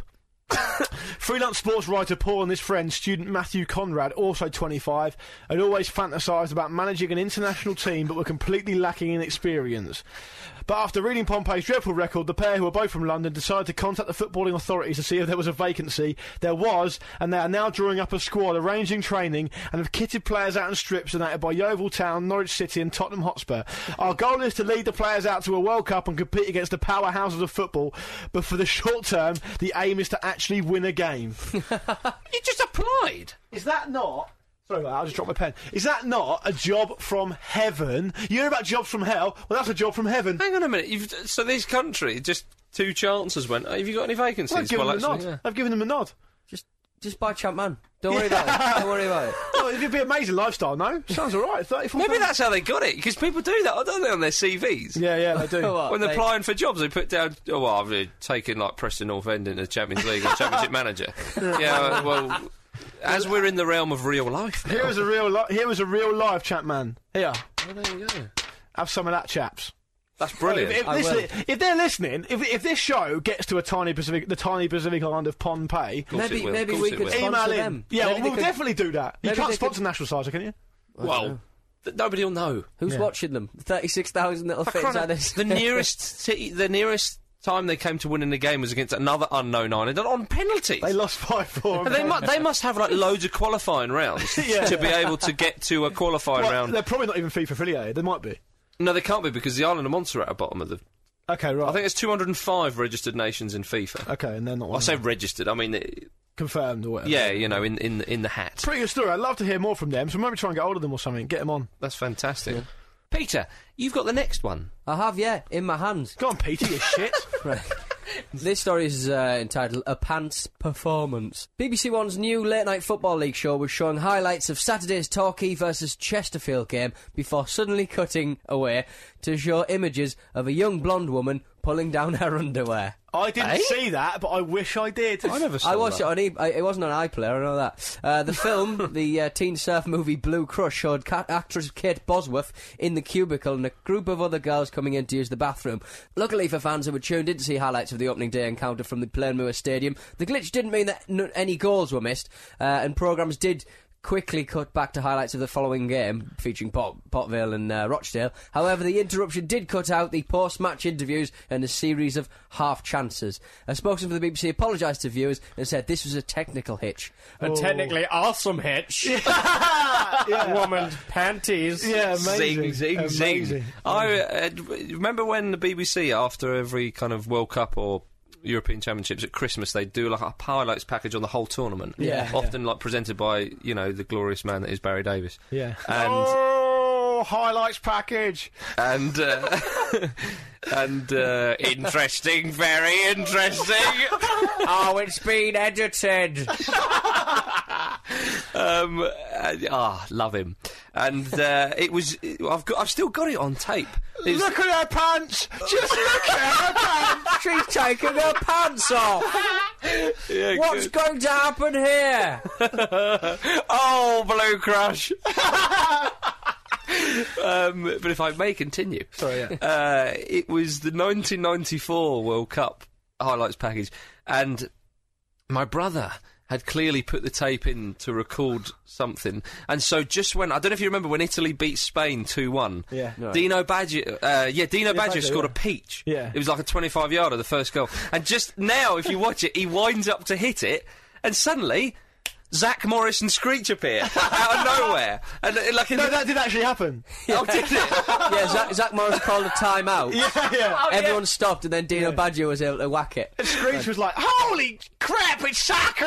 Speaker 2: Freelance sports writer Paul and his friend, student Matthew Conrad, also 25, had always fantasised about managing an international team but were completely lacking in experience. But after reading Pompey's dreadful record, the pair, who were both from London, decided to contact the footballing authorities to see if there was a vacancy. There was, and they are now drawing up a squad, arranging training, and have kitted players out in strips donated by Yeovil Town, Norwich City, and Tottenham Hotspur. Our goal is to lead the players out to a World Cup and compete against the powerhouses of football, but for the short term, the aim is to actually win a game.
Speaker 3: You just applied.
Speaker 2: Is that not? Sorry, about that, I just dropped my pen. Is that not a job from heaven? You hear about jobs from hell? Well, that's a job from heaven.
Speaker 3: Hang on a minute. You've, so this country just two chances went. Have you got any vacancies?
Speaker 2: I've given
Speaker 3: Well,
Speaker 2: them a nod.
Speaker 3: actually, yeah.
Speaker 2: I've given them a nod.
Speaker 1: Just, just buy Champ Man. Don't worry about it. Don't worry about it.
Speaker 2: Oh, it'd be amazing lifestyle, no? Sounds all right. 34
Speaker 3: Maybe that's how they got it because people do that, don't they, on their CVs?
Speaker 2: Yeah, yeah, they do.
Speaker 1: What,
Speaker 3: When they're
Speaker 1: they-
Speaker 3: applying for jobs, they put down, oh, well, I've uh, taken like Preston North End into the Champions League and Championship manager. Yeah, uh, well, as we're in the realm of real life now.
Speaker 2: Here was a real, li- here was a real live chat, man. Here,
Speaker 3: Oh, there you go.
Speaker 2: have some of that, chaps.
Speaker 3: That's
Speaker 2: If,
Speaker 3: brilliant.
Speaker 2: if,
Speaker 1: I
Speaker 2: listen,
Speaker 1: will.
Speaker 2: if they're listening, if, if this show gets to a tiny Pacific, the tiny Pacific island of Pohnpey,
Speaker 3: Of course
Speaker 1: Maybe-
Speaker 3: it will.
Speaker 1: maybe
Speaker 3: Of course
Speaker 1: we
Speaker 3: it
Speaker 1: could
Speaker 3: will.
Speaker 1: say-
Speaker 2: email
Speaker 1: Sponsor
Speaker 2: in.
Speaker 1: them.
Speaker 2: Yeah,
Speaker 1: Maybe
Speaker 2: well,
Speaker 1: they
Speaker 2: we'll
Speaker 1: could-
Speaker 2: definitely do that. You
Speaker 1: maybe
Speaker 2: can't
Speaker 1: they
Speaker 2: sponsor
Speaker 1: could-
Speaker 2: national size, can you?
Speaker 3: Well, th- nobody will know.
Speaker 1: Who's watching them? Thirty-six thousand that'll fit inside this.
Speaker 3: the nearest city, the nearest time they came to winning the game was against another unknown island on penalties.
Speaker 2: They lost five four.
Speaker 3: And they, mu- they must have like loads of qualifying rounds
Speaker 2: Yeah.
Speaker 3: to be able to get to a qualifying round.
Speaker 2: They're probably not even FIFA affiliated. They might be.
Speaker 3: No, they can't be because the island of Montserrat are bottom of the.
Speaker 2: Okay, right.
Speaker 3: I think there's 205 registered nations in FIFA.
Speaker 2: okay, and they're not.
Speaker 3: I
Speaker 2: one
Speaker 3: say
Speaker 2: of them.
Speaker 3: registered. I mean, it-
Speaker 2: confirmed or whatever.
Speaker 3: yeah, you know, in in the- in the hat.
Speaker 2: Pretty good story. I'd love to hear more from them. So maybe try and get hold of them or something. Get them on.
Speaker 3: That's fantastic. Peter, you've got the next one.
Speaker 1: I have, yeah, in my hands.
Speaker 2: Go on, Peter. You shit.
Speaker 1: Right. This story is uh, entitled A Pants Performance. BBC One's new late night Football League show was showing highlights of Saturday's Torquay versus Chesterfield game before suddenly cutting away to show images of a young blonde woman pulling down her underwear.
Speaker 2: I didn't see that, but I wish I did.
Speaker 4: I never saw
Speaker 1: I watched
Speaker 4: that.
Speaker 1: it on e- I- it wasn't on iPlayer, I know that. Uh, the film, the uh, teen surf movie Blue Crush, showed cat- actress Kate Bosworth in the cubicle and a group of other girls coming in to use the bathroom. Luckily for fans who were tuned in to see highlights of the opening day encounter from the Plainmoor Stadium, the glitch didn't mean that n- any goals were missed, uh, and programmes did quickly cut back to highlights of the following game featuring Pot- Potville and uh, Rochdale. However, the interruption did cut out the post-match interviews and a series of half chances. A spokesman for the BBC apologised to viewers and said this was a technical hitch.
Speaker 5: A technically awesome hitch. Woman's panties.
Speaker 2: Yeah, amazing.
Speaker 3: Zing, zing,
Speaker 2: amazing.
Speaker 3: zing. I uh, remember when the BBC, after every kind of World Cup or European Championships at Christmas, they do like a highlights package on the whole tournament.
Speaker 1: Yeah.
Speaker 3: Often like presented by you know the glorious man that is Barry Davis.
Speaker 2: Yeah.
Speaker 3: And
Speaker 2: Oh, highlights package.
Speaker 3: and uh, and uh, interesting, very interesting.
Speaker 5: Oh, it's been edited.
Speaker 3: um, uh, ah, love him. And uh, it was. I've got. I've still got it on tape. It's-
Speaker 2: Look at her pants. Just look at her pants.
Speaker 1: She's taking her pants off!
Speaker 3: yeah,
Speaker 1: What's
Speaker 3: good.
Speaker 1: going to happen here?
Speaker 3: oh, Blue Crush. um, but if I may continue,
Speaker 2: Sorry, yeah.
Speaker 3: uh, it was the 1994 World Cup highlights package, and my brother had clearly put the tape in to record something, and so just when I don't know if you remember when Italy beat Spain two one,
Speaker 2: Yeah. No.
Speaker 3: Dino Badger, uh, yeah, Dino Badger
Speaker 2: Baggio,
Speaker 3: scored
Speaker 2: yeah.
Speaker 3: a peach,
Speaker 2: Yeah.
Speaker 3: it was like a twenty five yarder the first goal, and just now if you watch it, he winds up to hit it, and suddenly. Zach Morris and Screech appear out of nowhere, and uh, like in
Speaker 2: No,
Speaker 3: the-
Speaker 2: that did actually happen.
Speaker 3: oh, did it?
Speaker 1: yeah, Zach, Zach Morris called a timeout.
Speaker 2: Yeah, Oh, yeah.
Speaker 1: Everyone stopped and then Dino Baggio was able to whack it.
Speaker 2: Screech was like, "Holy crap, it's soccer!"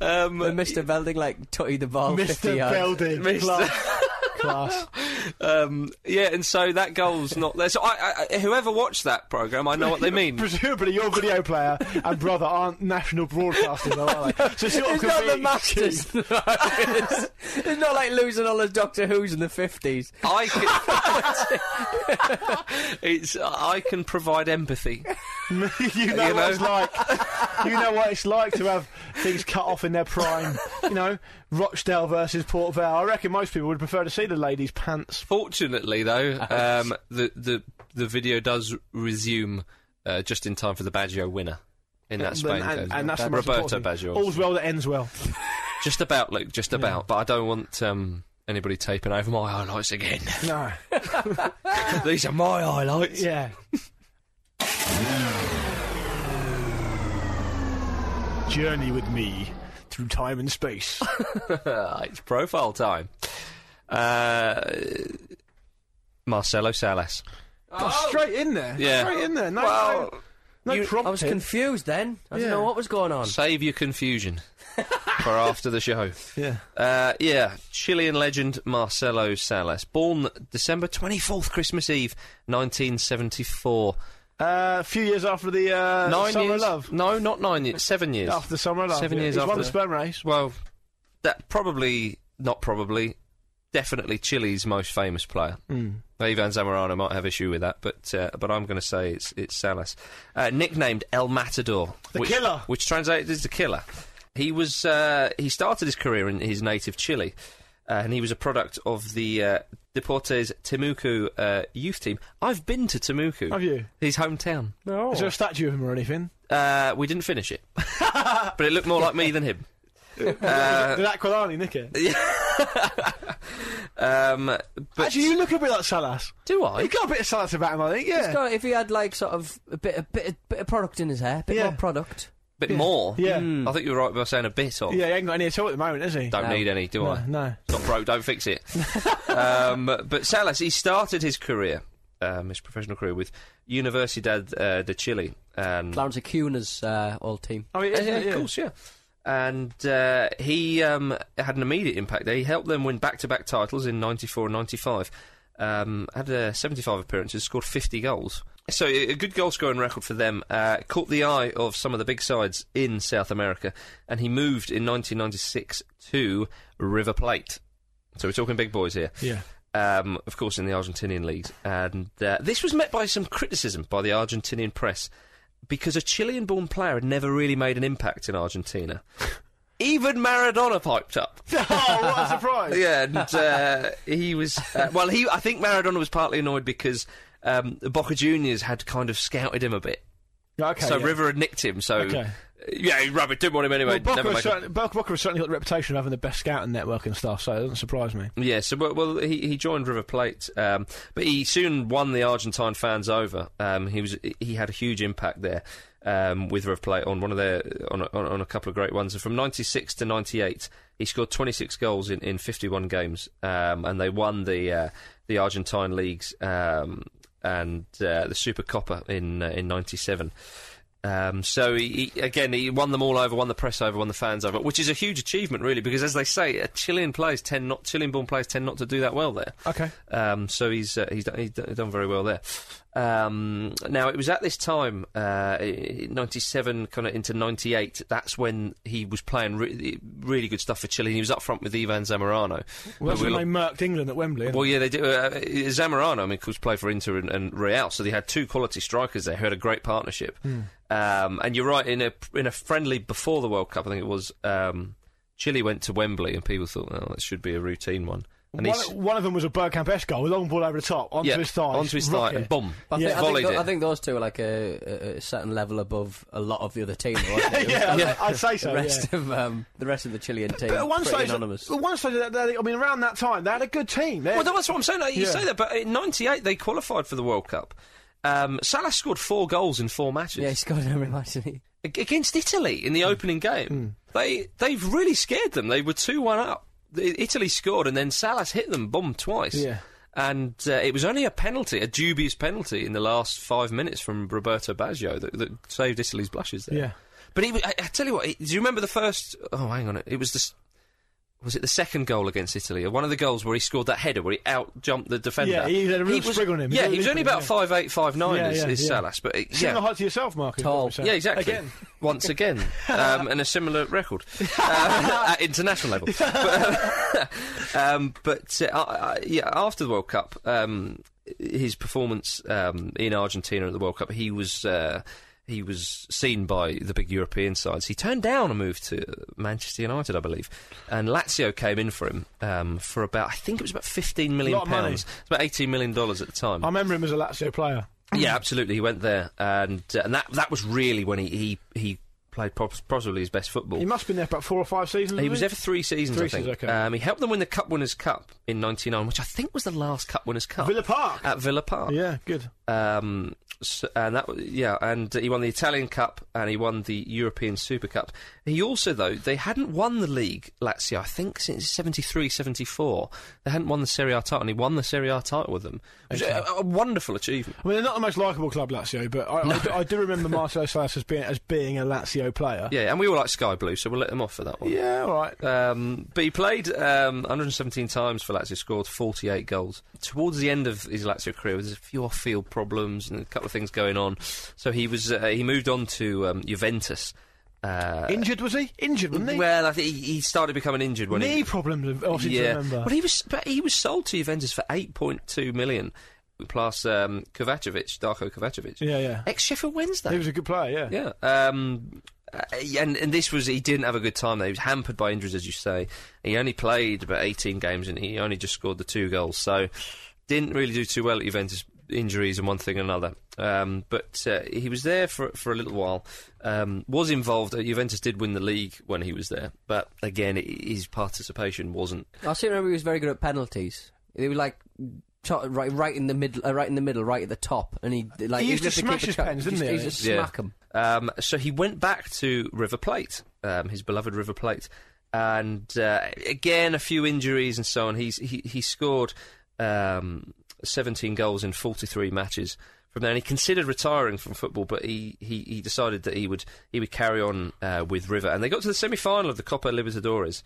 Speaker 1: And Mr. Belding, like, tutty the ball 50
Speaker 2: Mr.
Speaker 1: Oh, yards.
Speaker 2: Belding,
Speaker 3: Mr.
Speaker 2: class, class.
Speaker 3: Um, yeah, and so that goal's not there. So I, I, whoever watched that program, I know what they mean.
Speaker 2: Presumably, your video player and brother aren't national broadcasters, though, are they? So sort of
Speaker 1: It's not the
Speaker 2: competing.
Speaker 1: Masters. though, it's, it's not like losing all those Doctor Who's in the 50s.
Speaker 3: I can, it's I can provide empathy.
Speaker 2: you know
Speaker 3: You
Speaker 2: what
Speaker 3: know?
Speaker 2: it's like. You know what it's like to have things cut off in their prime. You know, Rochdale versus Port Vale. I reckon most people would prefer to see the ladies' pants.
Speaker 3: Fortunately, though, um, the the the video does resume uh, just in time for the Baggio winner in that Spain
Speaker 2: and, and,
Speaker 3: game.
Speaker 2: and that's the most
Speaker 3: Roberto
Speaker 2: important thing.
Speaker 3: Baggio.
Speaker 2: All's well that ends well.
Speaker 3: Just about, Luke. Just about. But I don't want um, anybody taping over my highlights again.
Speaker 2: No.
Speaker 3: These are my highlights.
Speaker 2: Yeah. Journey with me through time and space.
Speaker 3: it's profile time. Uh, Marcelo Salas.
Speaker 2: Got Oh, straight in there.
Speaker 3: Yeah.
Speaker 2: Straight in there. No,
Speaker 3: Well,
Speaker 2: no, no
Speaker 1: You- I was
Speaker 2: prompting.
Speaker 1: confused then. I didn't
Speaker 2: Yeah.
Speaker 1: know what was going on.
Speaker 3: Save your confusion for after the show.
Speaker 2: yeah.
Speaker 3: Uh, yeah, Chilean legend Marcelo Salas, born December 24th, Christmas Eve, 1974.
Speaker 2: Uh, a few years after the uh,
Speaker 3: nine
Speaker 2: Summer
Speaker 3: years?
Speaker 2: of Love. Oh.
Speaker 3: No, not nine years. Seven years.
Speaker 2: After the Summer of Love.
Speaker 3: Seven
Speaker 2: yeah.
Speaker 3: years
Speaker 2: He's won
Speaker 3: after.
Speaker 2: the sperm race.
Speaker 3: Well, that probably, not probably, definitely Chile's most famous player. Mm. Ivan Zamorano might have issue with that, but uh, but I'm going to say it's it's Salas, uh, nicknamed El Matador,
Speaker 2: The
Speaker 3: which,
Speaker 2: killer.
Speaker 3: which translated as the killer. He was uh, he started his career in his native Chile, uh, and he was a product of the uh, Deportes Temuco uh, youth team. I've been to Temuco.
Speaker 2: Have you?
Speaker 3: His hometown.
Speaker 2: Is there a statue of him or anything?
Speaker 3: Uh, we didn't finish it, but it looked more like me than him. Uh,
Speaker 2: Did Aquilani nick it?
Speaker 3: Um, but
Speaker 2: Actually, you look a bit like Salas.
Speaker 3: do I?
Speaker 2: He got a bit of Salas about him, I think.
Speaker 1: It's
Speaker 2: Yeah.
Speaker 1: got- if he had, like, sort of a bit, a bit, a bit of product in his hair, a bit
Speaker 2: Yeah.
Speaker 1: more product. Hmm.
Speaker 3: bit more.
Speaker 2: Yeah.
Speaker 3: I think you were right by saying a bit or
Speaker 2: Yeah, he ain't got any at all at the moment, is he?
Speaker 3: don't
Speaker 1: No.
Speaker 3: need any, do
Speaker 2: no,
Speaker 3: I?
Speaker 2: no.
Speaker 3: Not broke, don't fix it. um, but Salas, he started his career, um, his professional career with Universidad uh, de Chile. Um,
Speaker 1: Clarence Acuna's uh, old team.
Speaker 2: Oh, yeah,
Speaker 3: yeah, yeah, of course, yeah. And uh, he um, had an immediate impact there. He helped them win back-to-back titles in '94 and '95. Um, had uh, 75 appearances, scored 50 goals. So a a good goal scoring record for them uh, caught the eye of some of the big sides in South America, and he moved in 1996 to River Plate. So we're talking big boys here.
Speaker 2: Yeah.
Speaker 3: Um, of course, in the Argentinian leagues, and uh, this was met by some criticism by the Argentinian press because a Chilean-born player had never really made an impact in Argentina. Even Maradona piped up.
Speaker 2: oh, what a surprise!
Speaker 3: Yeah, and uh, he was uh, well. He, I think Maradona was partly annoyed because um, Boca Juniors had kind of scouted him a bit.
Speaker 2: Okay.
Speaker 3: so
Speaker 2: yeah.
Speaker 3: River had nicked him. So
Speaker 2: Okay.
Speaker 3: yeah, rubbish. Didn't want him
Speaker 2: Well,
Speaker 3: anyway.
Speaker 2: Boca,
Speaker 3: never
Speaker 2: has
Speaker 3: make a-
Speaker 2: certainly, Boca, Boca has certainly got the reputation of having the best scouting network and stuff, so it doesn't surprise me.
Speaker 3: yeah, so well, well he, he joined River Plate, um, but he soon won the Argentine fans over. Um, he was he had a huge impact there um, with River Plate on one of their on a, on on a couple of great ones. And from '96 to '98, he scored 26 goals in, in 51 games, um, and they won the uh, the Argentine leagues um, and uh, the Super Copa in uh, in '97. Um, so he, he, again, he won them all over, won the press over, won the fans over, which is a huge achievement, really, because as they say, uh, Chilean players tend not Chilean-born players tend not to do that well there.
Speaker 2: Okay.
Speaker 3: Um, so he's uh, he's, done, he's done done very well there. Um, now it was at this time, uh, '97, kind of into '98. That's when he was playing re- really good stuff for Chile. He was up front with Ivan Zamorano.
Speaker 2: Well, that's
Speaker 3: But
Speaker 2: when
Speaker 3: we'll-
Speaker 2: they murked England at Wembley. isn't
Speaker 3: well, yeah, they do. Uh, Zamorano, I mean, of course, played for Inter and, and Real, so they had two quality strikers there who had a great partnership.
Speaker 2: Hmm.
Speaker 3: Um, and you're right, in a in a friendly before the World Cup, I think it was, um, Chile went to Wembley, and people thought, oh, that should be a routine one. And
Speaker 2: One,
Speaker 3: he's
Speaker 2: one of them was a Bergkamp S goal, a long ball over the top, onto
Speaker 3: yeah,
Speaker 2: his thigh.
Speaker 3: onto his thigh,
Speaker 2: rocket.
Speaker 3: and boom,
Speaker 1: I think, I, think
Speaker 3: volleyed
Speaker 1: tho-
Speaker 3: it.
Speaker 1: I think those two are like a, a- a certain level above a lot of the other team. wasn't it? It was
Speaker 2: yeah,
Speaker 1: kind of
Speaker 2: I'd, I'd say so.
Speaker 1: the
Speaker 2: yeah.
Speaker 1: rest of um, the rest of the Chilean team.
Speaker 2: But at one
Speaker 1: pretty
Speaker 2: stage, uh, oh,
Speaker 1: anonymous.
Speaker 2: at one stage, they, they, I mean, around that time, they had a good team. They,
Speaker 3: Well, that's what I'm saying. Like, you
Speaker 2: Yeah.
Speaker 3: say that, but in '98 they qualified for the World Cup. Um, Salah scored four goals in four matches
Speaker 1: Yeah, he scored every match. didn't he?
Speaker 3: ag- against Italy in the opening
Speaker 2: Mm.
Speaker 3: game. They they've really scared them. They were two one up. I- Italy scored and then Salas hit them bomb twice.
Speaker 2: Yeah.
Speaker 3: And uh, it was only a penalty, a dubious penalty in the last five minutes from Roberto Baggio that, that saved Italy's blushes there.
Speaker 2: Yeah.
Speaker 3: But he, wa- I, I tell you what, it- do you remember the first? Oh, hang on, it was this. Was it the second goal against Italy? Or one of the goals where he scored that header where he out jumped the defender?
Speaker 2: Yeah, he had a real
Speaker 3: was,
Speaker 2: sprig on him.
Speaker 3: Yeah,
Speaker 2: Real
Speaker 3: he was
Speaker 2: leap
Speaker 3: only
Speaker 2: on him,
Speaker 3: about
Speaker 2: yeah.
Speaker 3: five eight, five nine.
Speaker 2: Yeah,
Speaker 3: is,
Speaker 2: yeah,
Speaker 3: is
Speaker 2: yeah.
Speaker 3: Salas, but it, yeah,
Speaker 2: Similar height to yourself, Marcus.
Speaker 1: Tall.
Speaker 2: what we're saying.
Speaker 3: yeah, exactly.
Speaker 2: Again.
Speaker 3: Once again, um, and a similar record uh, at international level. But, um, but uh, I- I- yeah, after the World Cup, um, his performance um, in Argentina at the World Cup, he was. Uh, he was seen by the big European sides. He turned down a move to Manchester United, I believe, and Lazio came in for him um, for about I think it was about fifteen million
Speaker 2: Lot of money.
Speaker 3: pounds, it's about eighteen million dollars at the time.
Speaker 2: I remember him as a Lazio player.
Speaker 3: Yeah, absolutely. He went there, and uh, and that that was really when he he, he played pos- possibly his best football.
Speaker 2: He must have been there for about four or five seasons.
Speaker 3: He
Speaker 2: wasn't
Speaker 3: was there for three seasons,
Speaker 2: Three
Speaker 3: I think.
Speaker 2: seasons, okay.
Speaker 3: um, he helped them win the Cup Winners' Cup in '99, which I think was the last Cup Winners' Cup
Speaker 2: Villa Park.
Speaker 3: at Villa Park.
Speaker 2: Yeah, good.
Speaker 3: Um, so, and that was- yeah, and he won the Italian Cup and he won the European Super Cup. He also though they hadn't won the league Lazio I think since 73, 74. They hadn't won the Serie A title and he won the Serie A title with them. It was a, a wonderful achievement.
Speaker 2: I mean, they're not the most likable club, Lazio, but I, I do, I do remember Marcelo Salas as being as being a Lazio player.
Speaker 3: Yeah, and we all like Sky Blue, so we'll let them off for that one.
Speaker 2: Yeah, all right.
Speaker 3: Um, but he played um, 117 times for Lazio, scored 48 goals. Towards the end of his Lazio career, there's a few off-field problems and a couple of things going on. So he was uh, he moved on to um, Juventus. Uh,
Speaker 2: Injured was he? Injured wasn't he?
Speaker 3: well, I think he, he started becoming injured when
Speaker 2: Knee
Speaker 3: he
Speaker 2: problems. Obviously, to
Speaker 3: yeah.
Speaker 2: remember.
Speaker 3: But he was but he was sold to Juventus for 8.2 million plus um, Kovacevic, Darko Kovacevic,
Speaker 2: Yeah, yeah.
Speaker 3: ex Sheffield Wednesday.
Speaker 2: He was a good player. Yeah.
Speaker 3: Yeah. Um, uh, and and this was he didn't have a good time. there. He was hampered by injuries, as you say. He only played about 18 games and he only just scored the two goals. So didn't really do too well at Juventus. Injuries and one thing and another. Um, but uh, he was there for for a little while. Um, was involved. Uh, Juventus did win the league when he was there, but again, i his participation wasn't.
Speaker 1: I seem to remember he was very good at penalties. They were like to- right, right in the middle, uh, right in the middle, right at the top, and he like
Speaker 2: He
Speaker 1: even
Speaker 2: used to
Speaker 1: if the
Speaker 2: smash
Speaker 1: keeper
Speaker 2: his
Speaker 1: cut-
Speaker 2: pens, didn't
Speaker 1: just-
Speaker 2: he?
Speaker 1: He used to
Speaker 3: Yeah.
Speaker 1: smack 'em.
Speaker 3: Um, so he went back to River Plate, um, his beloved River Plate, and uh, again a few injuries and so on. He's he he scored um, 17 goals in 43 matches from there, and he considered retiring from football, but he, he, he decided that he would he would carry on uh, with River, and they got to the semi final of the Copa Libertadores,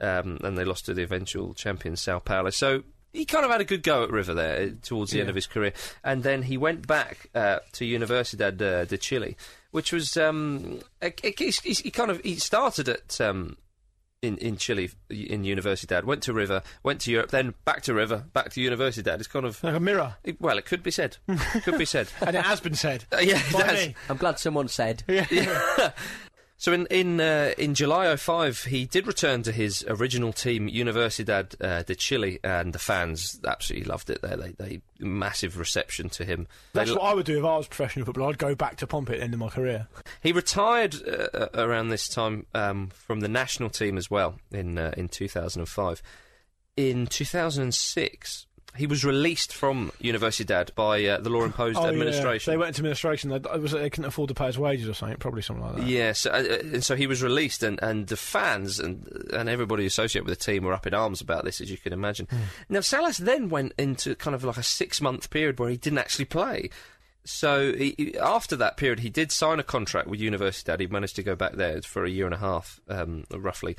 Speaker 3: um, and they lost to the eventual champion Sao Paulo. So he kind of had a good go at River there uh, towards the end of his career, and then he went back uh, to Universidad de, de Chile, which was um, a- a- he's- he's- he kind of he started at um, in in Chile in Universidad, went to River, went to Europe, then back to River, back to Universidad. It's kind of
Speaker 2: Like a mirror.
Speaker 3: it- well, it could be said, could be said.
Speaker 2: And it has been said.
Speaker 3: Uh, yeah, it
Speaker 2: By
Speaker 3: has.
Speaker 2: me.
Speaker 1: I'm glad someone said.
Speaker 3: So in in uh, in July 05, he did return to his original team, Universidad uh, de Chile, and the fans absolutely loved it. There, they, they massive reception to him. They
Speaker 2: That's
Speaker 3: lo-
Speaker 2: what I would do if I was professional footballer. I'd go back to Pompey at the end of my career.
Speaker 3: He retired uh, uh, around this time um, from the national team as well in uh, in 2005. In 2006, he was released from Universidad by uh, the law imposed
Speaker 2: Oh, yeah, yeah.
Speaker 3: administration.
Speaker 2: They went into administration. They, it was, they couldn't afford to pay his wages or something. Probably something like that.
Speaker 3: Yeah, so, uh, uh, and so he was released, and, and the fans and and everybody associated with the team were up in arms about this, as you can imagine.
Speaker 2: Hmm.
Speaker 3: Now, Salas then went into kind of like a six month period where he didn't actually play. So he, he- after that period, he did sign a contract with Universidad. He managed to go back there for a year and a half, um, roughly.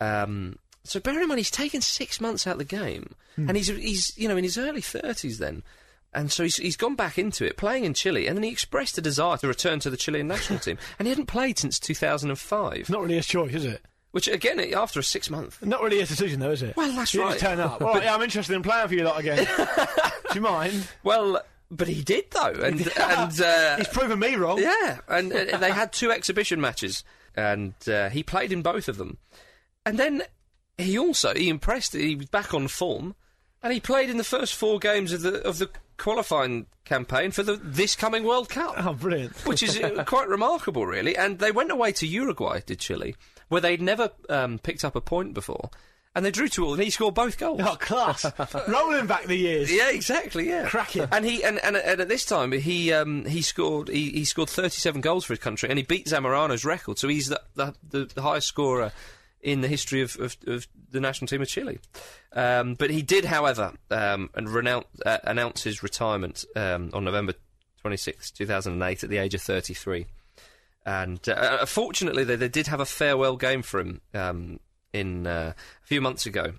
Speaker 3: Um, so bear in mind, he's taken six months out of the game, and he's he's you know in his early thirties then. And so he's, he's gone back into it, playing in Chile, and then he expressed a desire to return to the Chilean national team, and he hadn't played since 2005.
Speaker 2: It's not really his choice, is it?
Speaker 3: Which again, it- after a six month,
Speaker 2: Not really his decision, though, is it?
Speaker 3: Well, that's
Speaker 2: you
Speaker 3: right.
Speaker 2: Just turn up. All right, yeah, I'm interested in playing for you lot again. Do you mind?
Speaker 3: well, but he did though, and and uh,
Speaker 2: He's proven me wrong.
Speaker 3: yeah, and uh, they had two exhibition matches, and uh, he played in both of them, and then he also he impressed. He was back on form, and he played in the first four games of the of the qualifying campaign for the this coming World Cup.
Speaker 2: Oh, brilliant.
Speaker 3: which is uh, quite remarkable, really. And they went away to Uruguay, did Chile, where they'd never um, picked up a point before, and they drew two all, and he scored both goals.
Speaker 2: Oh, class. Rolling back the years.
Speaker 3: Yeah, exactly. Yeah,
Speaker 2: Cracking.
Speaker 3: And he and, and, and at this time he um, he scored he, he scored thirty seven goals for his country, and he beat Zamorano's record, so he's the the, the, the highest scorer in the history of, of, of the national team of Chile. Um, but he did, however, um, and renounce, uh, announce his retirement um, on November twenty sixth, two thousand and eight, at the age of thirty three. And uh, uh, fortunately, they, they did have a farewell game for him um, in uh, a few months ago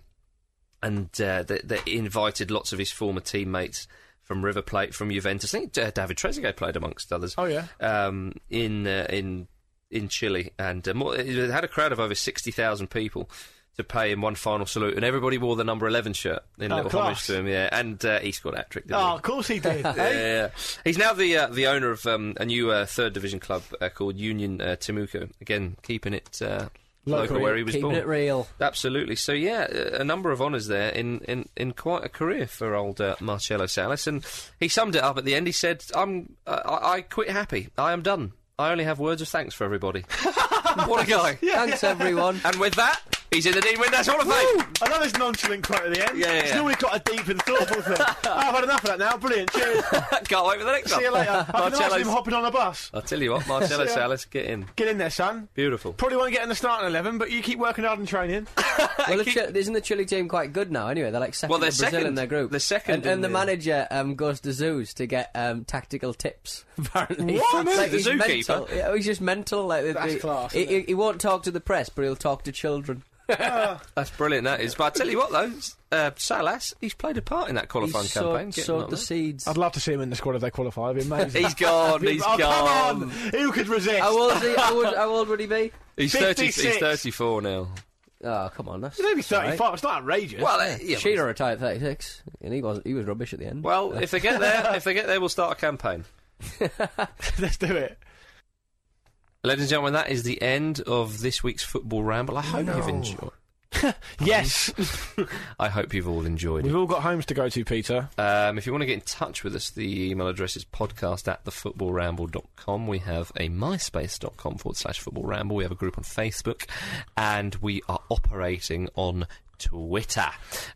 Speaker 3: and uh, they, they invited lots of his former teammates from River Plate, from Juventus. I think uh, David Trezeguet played amongst others.
Speaker 2: Oh, yeah.
Speaker 3: um, in uh, in in Chile, and uh, more, it had a crowd of over sixty thousand people to pay him one final salute, and everybody wore the number eleven shirt in
Speaker 2: Oh,
Speaker 3: little homage
Speaker 2: class.
Speaker 3: to him. Yeah, and uh, he scored a hat trick.
Speaker 2: Oh, of course he did.
Speaker 3: Yeah,
Speaker 2: eh?
Speaker 3: yeah, yeah. he's now the uh, the owner of um, a new uh, third division club uh, called Union uh, Timuco. Again, keeping it uh, local,
Speaker 2: Local,
Speaker 3: where he was
Speaker 1: Keeping
Speaker 3: born.
Speaker 1: it real.
Speaker 3: Absolutely. So yeah, a a number of honours there in, in, in quite a career for old uh, Marcelo Salas, and he summed it up at the end. He said, "I'm uh, I, I quit happy. I am done. I only have words of thanks for everybody." what a guy!
Speaker 1: Thanks, everyone.
Speaker 3: And with that, he's in the Dean Windass Hall of Fame.
Speaker 2: I love his nonchalant quote at the end.
Speaker 3: Yeah, yeah,
Speaker 2: It's
Speaker 3: yeah.
Speaker 2: normally quite a deep and thoughtful thing. oh, I've had enough of that now. Brilliant. Cheers.
Speaker 3: Can't wait for the next
Speaker 2: See you
Speaker 3: one.
Speaker 2: later. I can imagine him
Speaker 3: Marcello's-
Speaker 2: hopping on a bus.
Speaker 3: I'll tell you what, Marcelo
Speaker 2: See ya.
Speaker 3: Salas, get in.
Speaker 2: Get in there, son.
Speaker 3: Beautiful.
Speaker 2: Probably won't get in the starting 11, but you keep working hard and training.
Speaker 1: Well, the Chi- isn't the Chile team quite good now? Anyway, they're like second.
Speaker 3: Well, they're
Speaker 1: to Brazil
Speaker 3: second.
Speaker 1: in their group.
Speaker 3: They're second
Speaker 1: And,
Speaker 3: in
Speaker 1: and the
Speaker 3: the-
Speaker 1: manager um, goes to zoos to get um, tactical tips. Apparently,
Speaker 3: What?
Speaker 1: Like,
Speaker 3: The
Speaker 1: he's
Speaker 3: zookeeper?
Speaker 1: mental. Yeah, he's just mental. Like the-
Speaker 2: That's
Speaker 1: the-
Speaker 2: class,
Speaker 1: He,
Speaker 2: isn't
Speaker 1: he- he won't talk to the press, but he'll talk to children.
Speaker 3: That's brilliant. That is. But I tell you what, though, uh, Salas, he's played a part in that qualifying
Speaker 1: He's
Speaker 3: campaign.
Speaker 1: sowed,
Speaker 3: getting
Speaker 1: sowed
Speaker 3: up
Speaker 1: the
Speaker 3: there.
Speaker 1: seeds.
Speaker 2: I'd love to see him in the squad if they qualify. It'd be amazing.
Speaker 3: He's gone. He's
Speaker 2: oh,
Speaker 3: gone. Oh,
Speaker 2: come on. Who could resist?
Speaker 1: How old, is he? How, old, how old would he be?
Speaker 3: He's, 30, he's
Speaker 2: 56.
Speaker 3: 34 now.
Speaker 1: Oh, come on, that's
Speaker 2: He's only
Speaker 1: that's all right.
Speaker 2: 35. It's not outrageous.
Speaker 3: Well, uh, yeah, but-
Speaker 1: Shearer retired at 36, and he was he was rubbish at the end.
Speaker 3: Well, if they get there, if they get there, we'll start a campaign.
Speaker 2: Let's do it.
Speaker 3: Ladies and gentlemen, that is the end of this week's football ramble. I hope you've enjoyed.
Speaker 2: Yes.
Speaker 3: I hope you've all enjoyed
Speaker 2: We've
Speaker 3: it.
Speaker 2: all got homes to go to, Peter.
Speaker 3: Um, if you want to get in touch with us, the email address is podcast at thefootballramble.com. We have a myspace.com forward slash football ramble. We have a group on Facebook, and we are operating on Twitter.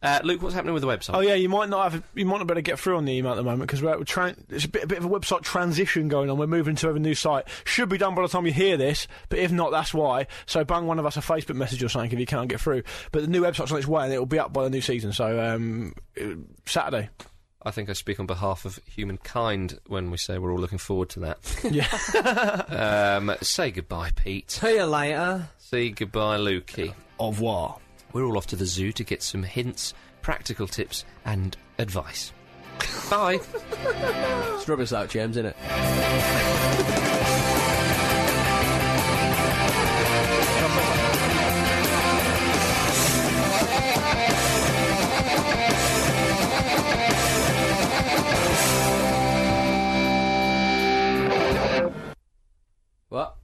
Speaker 3: Uh, Luke, what's happening with the website?
Speaker 2: Oh yeah, you might not have. You might not be able to get through on the email at the moment because we're, we're trying. It's a bit, a bit of a website transition going on. We're moving to a new site. Should be done by the time you hear this, but if not, that's why. So bang one of us a Facebook message or something if you can't get through. But the new website's on its way and it'll be up by the new season. So um, uh, Saturday.
Speaker 3: I think I speak on behalf of humankind when we say we're all looking forward to that.
Speaker 2: Yeah.
Speaker 3: um, say goodbye, Pete.
Speaker 1: See you later.
Speaker 3: Say goodbye, Lukey.
Speaker 2: Au revoir.
Speaker 3: We're all off to the zoo to get some hints, practical tips and advice. Bye.
Speaker 1: It's rubbish out, James, isn't it? What?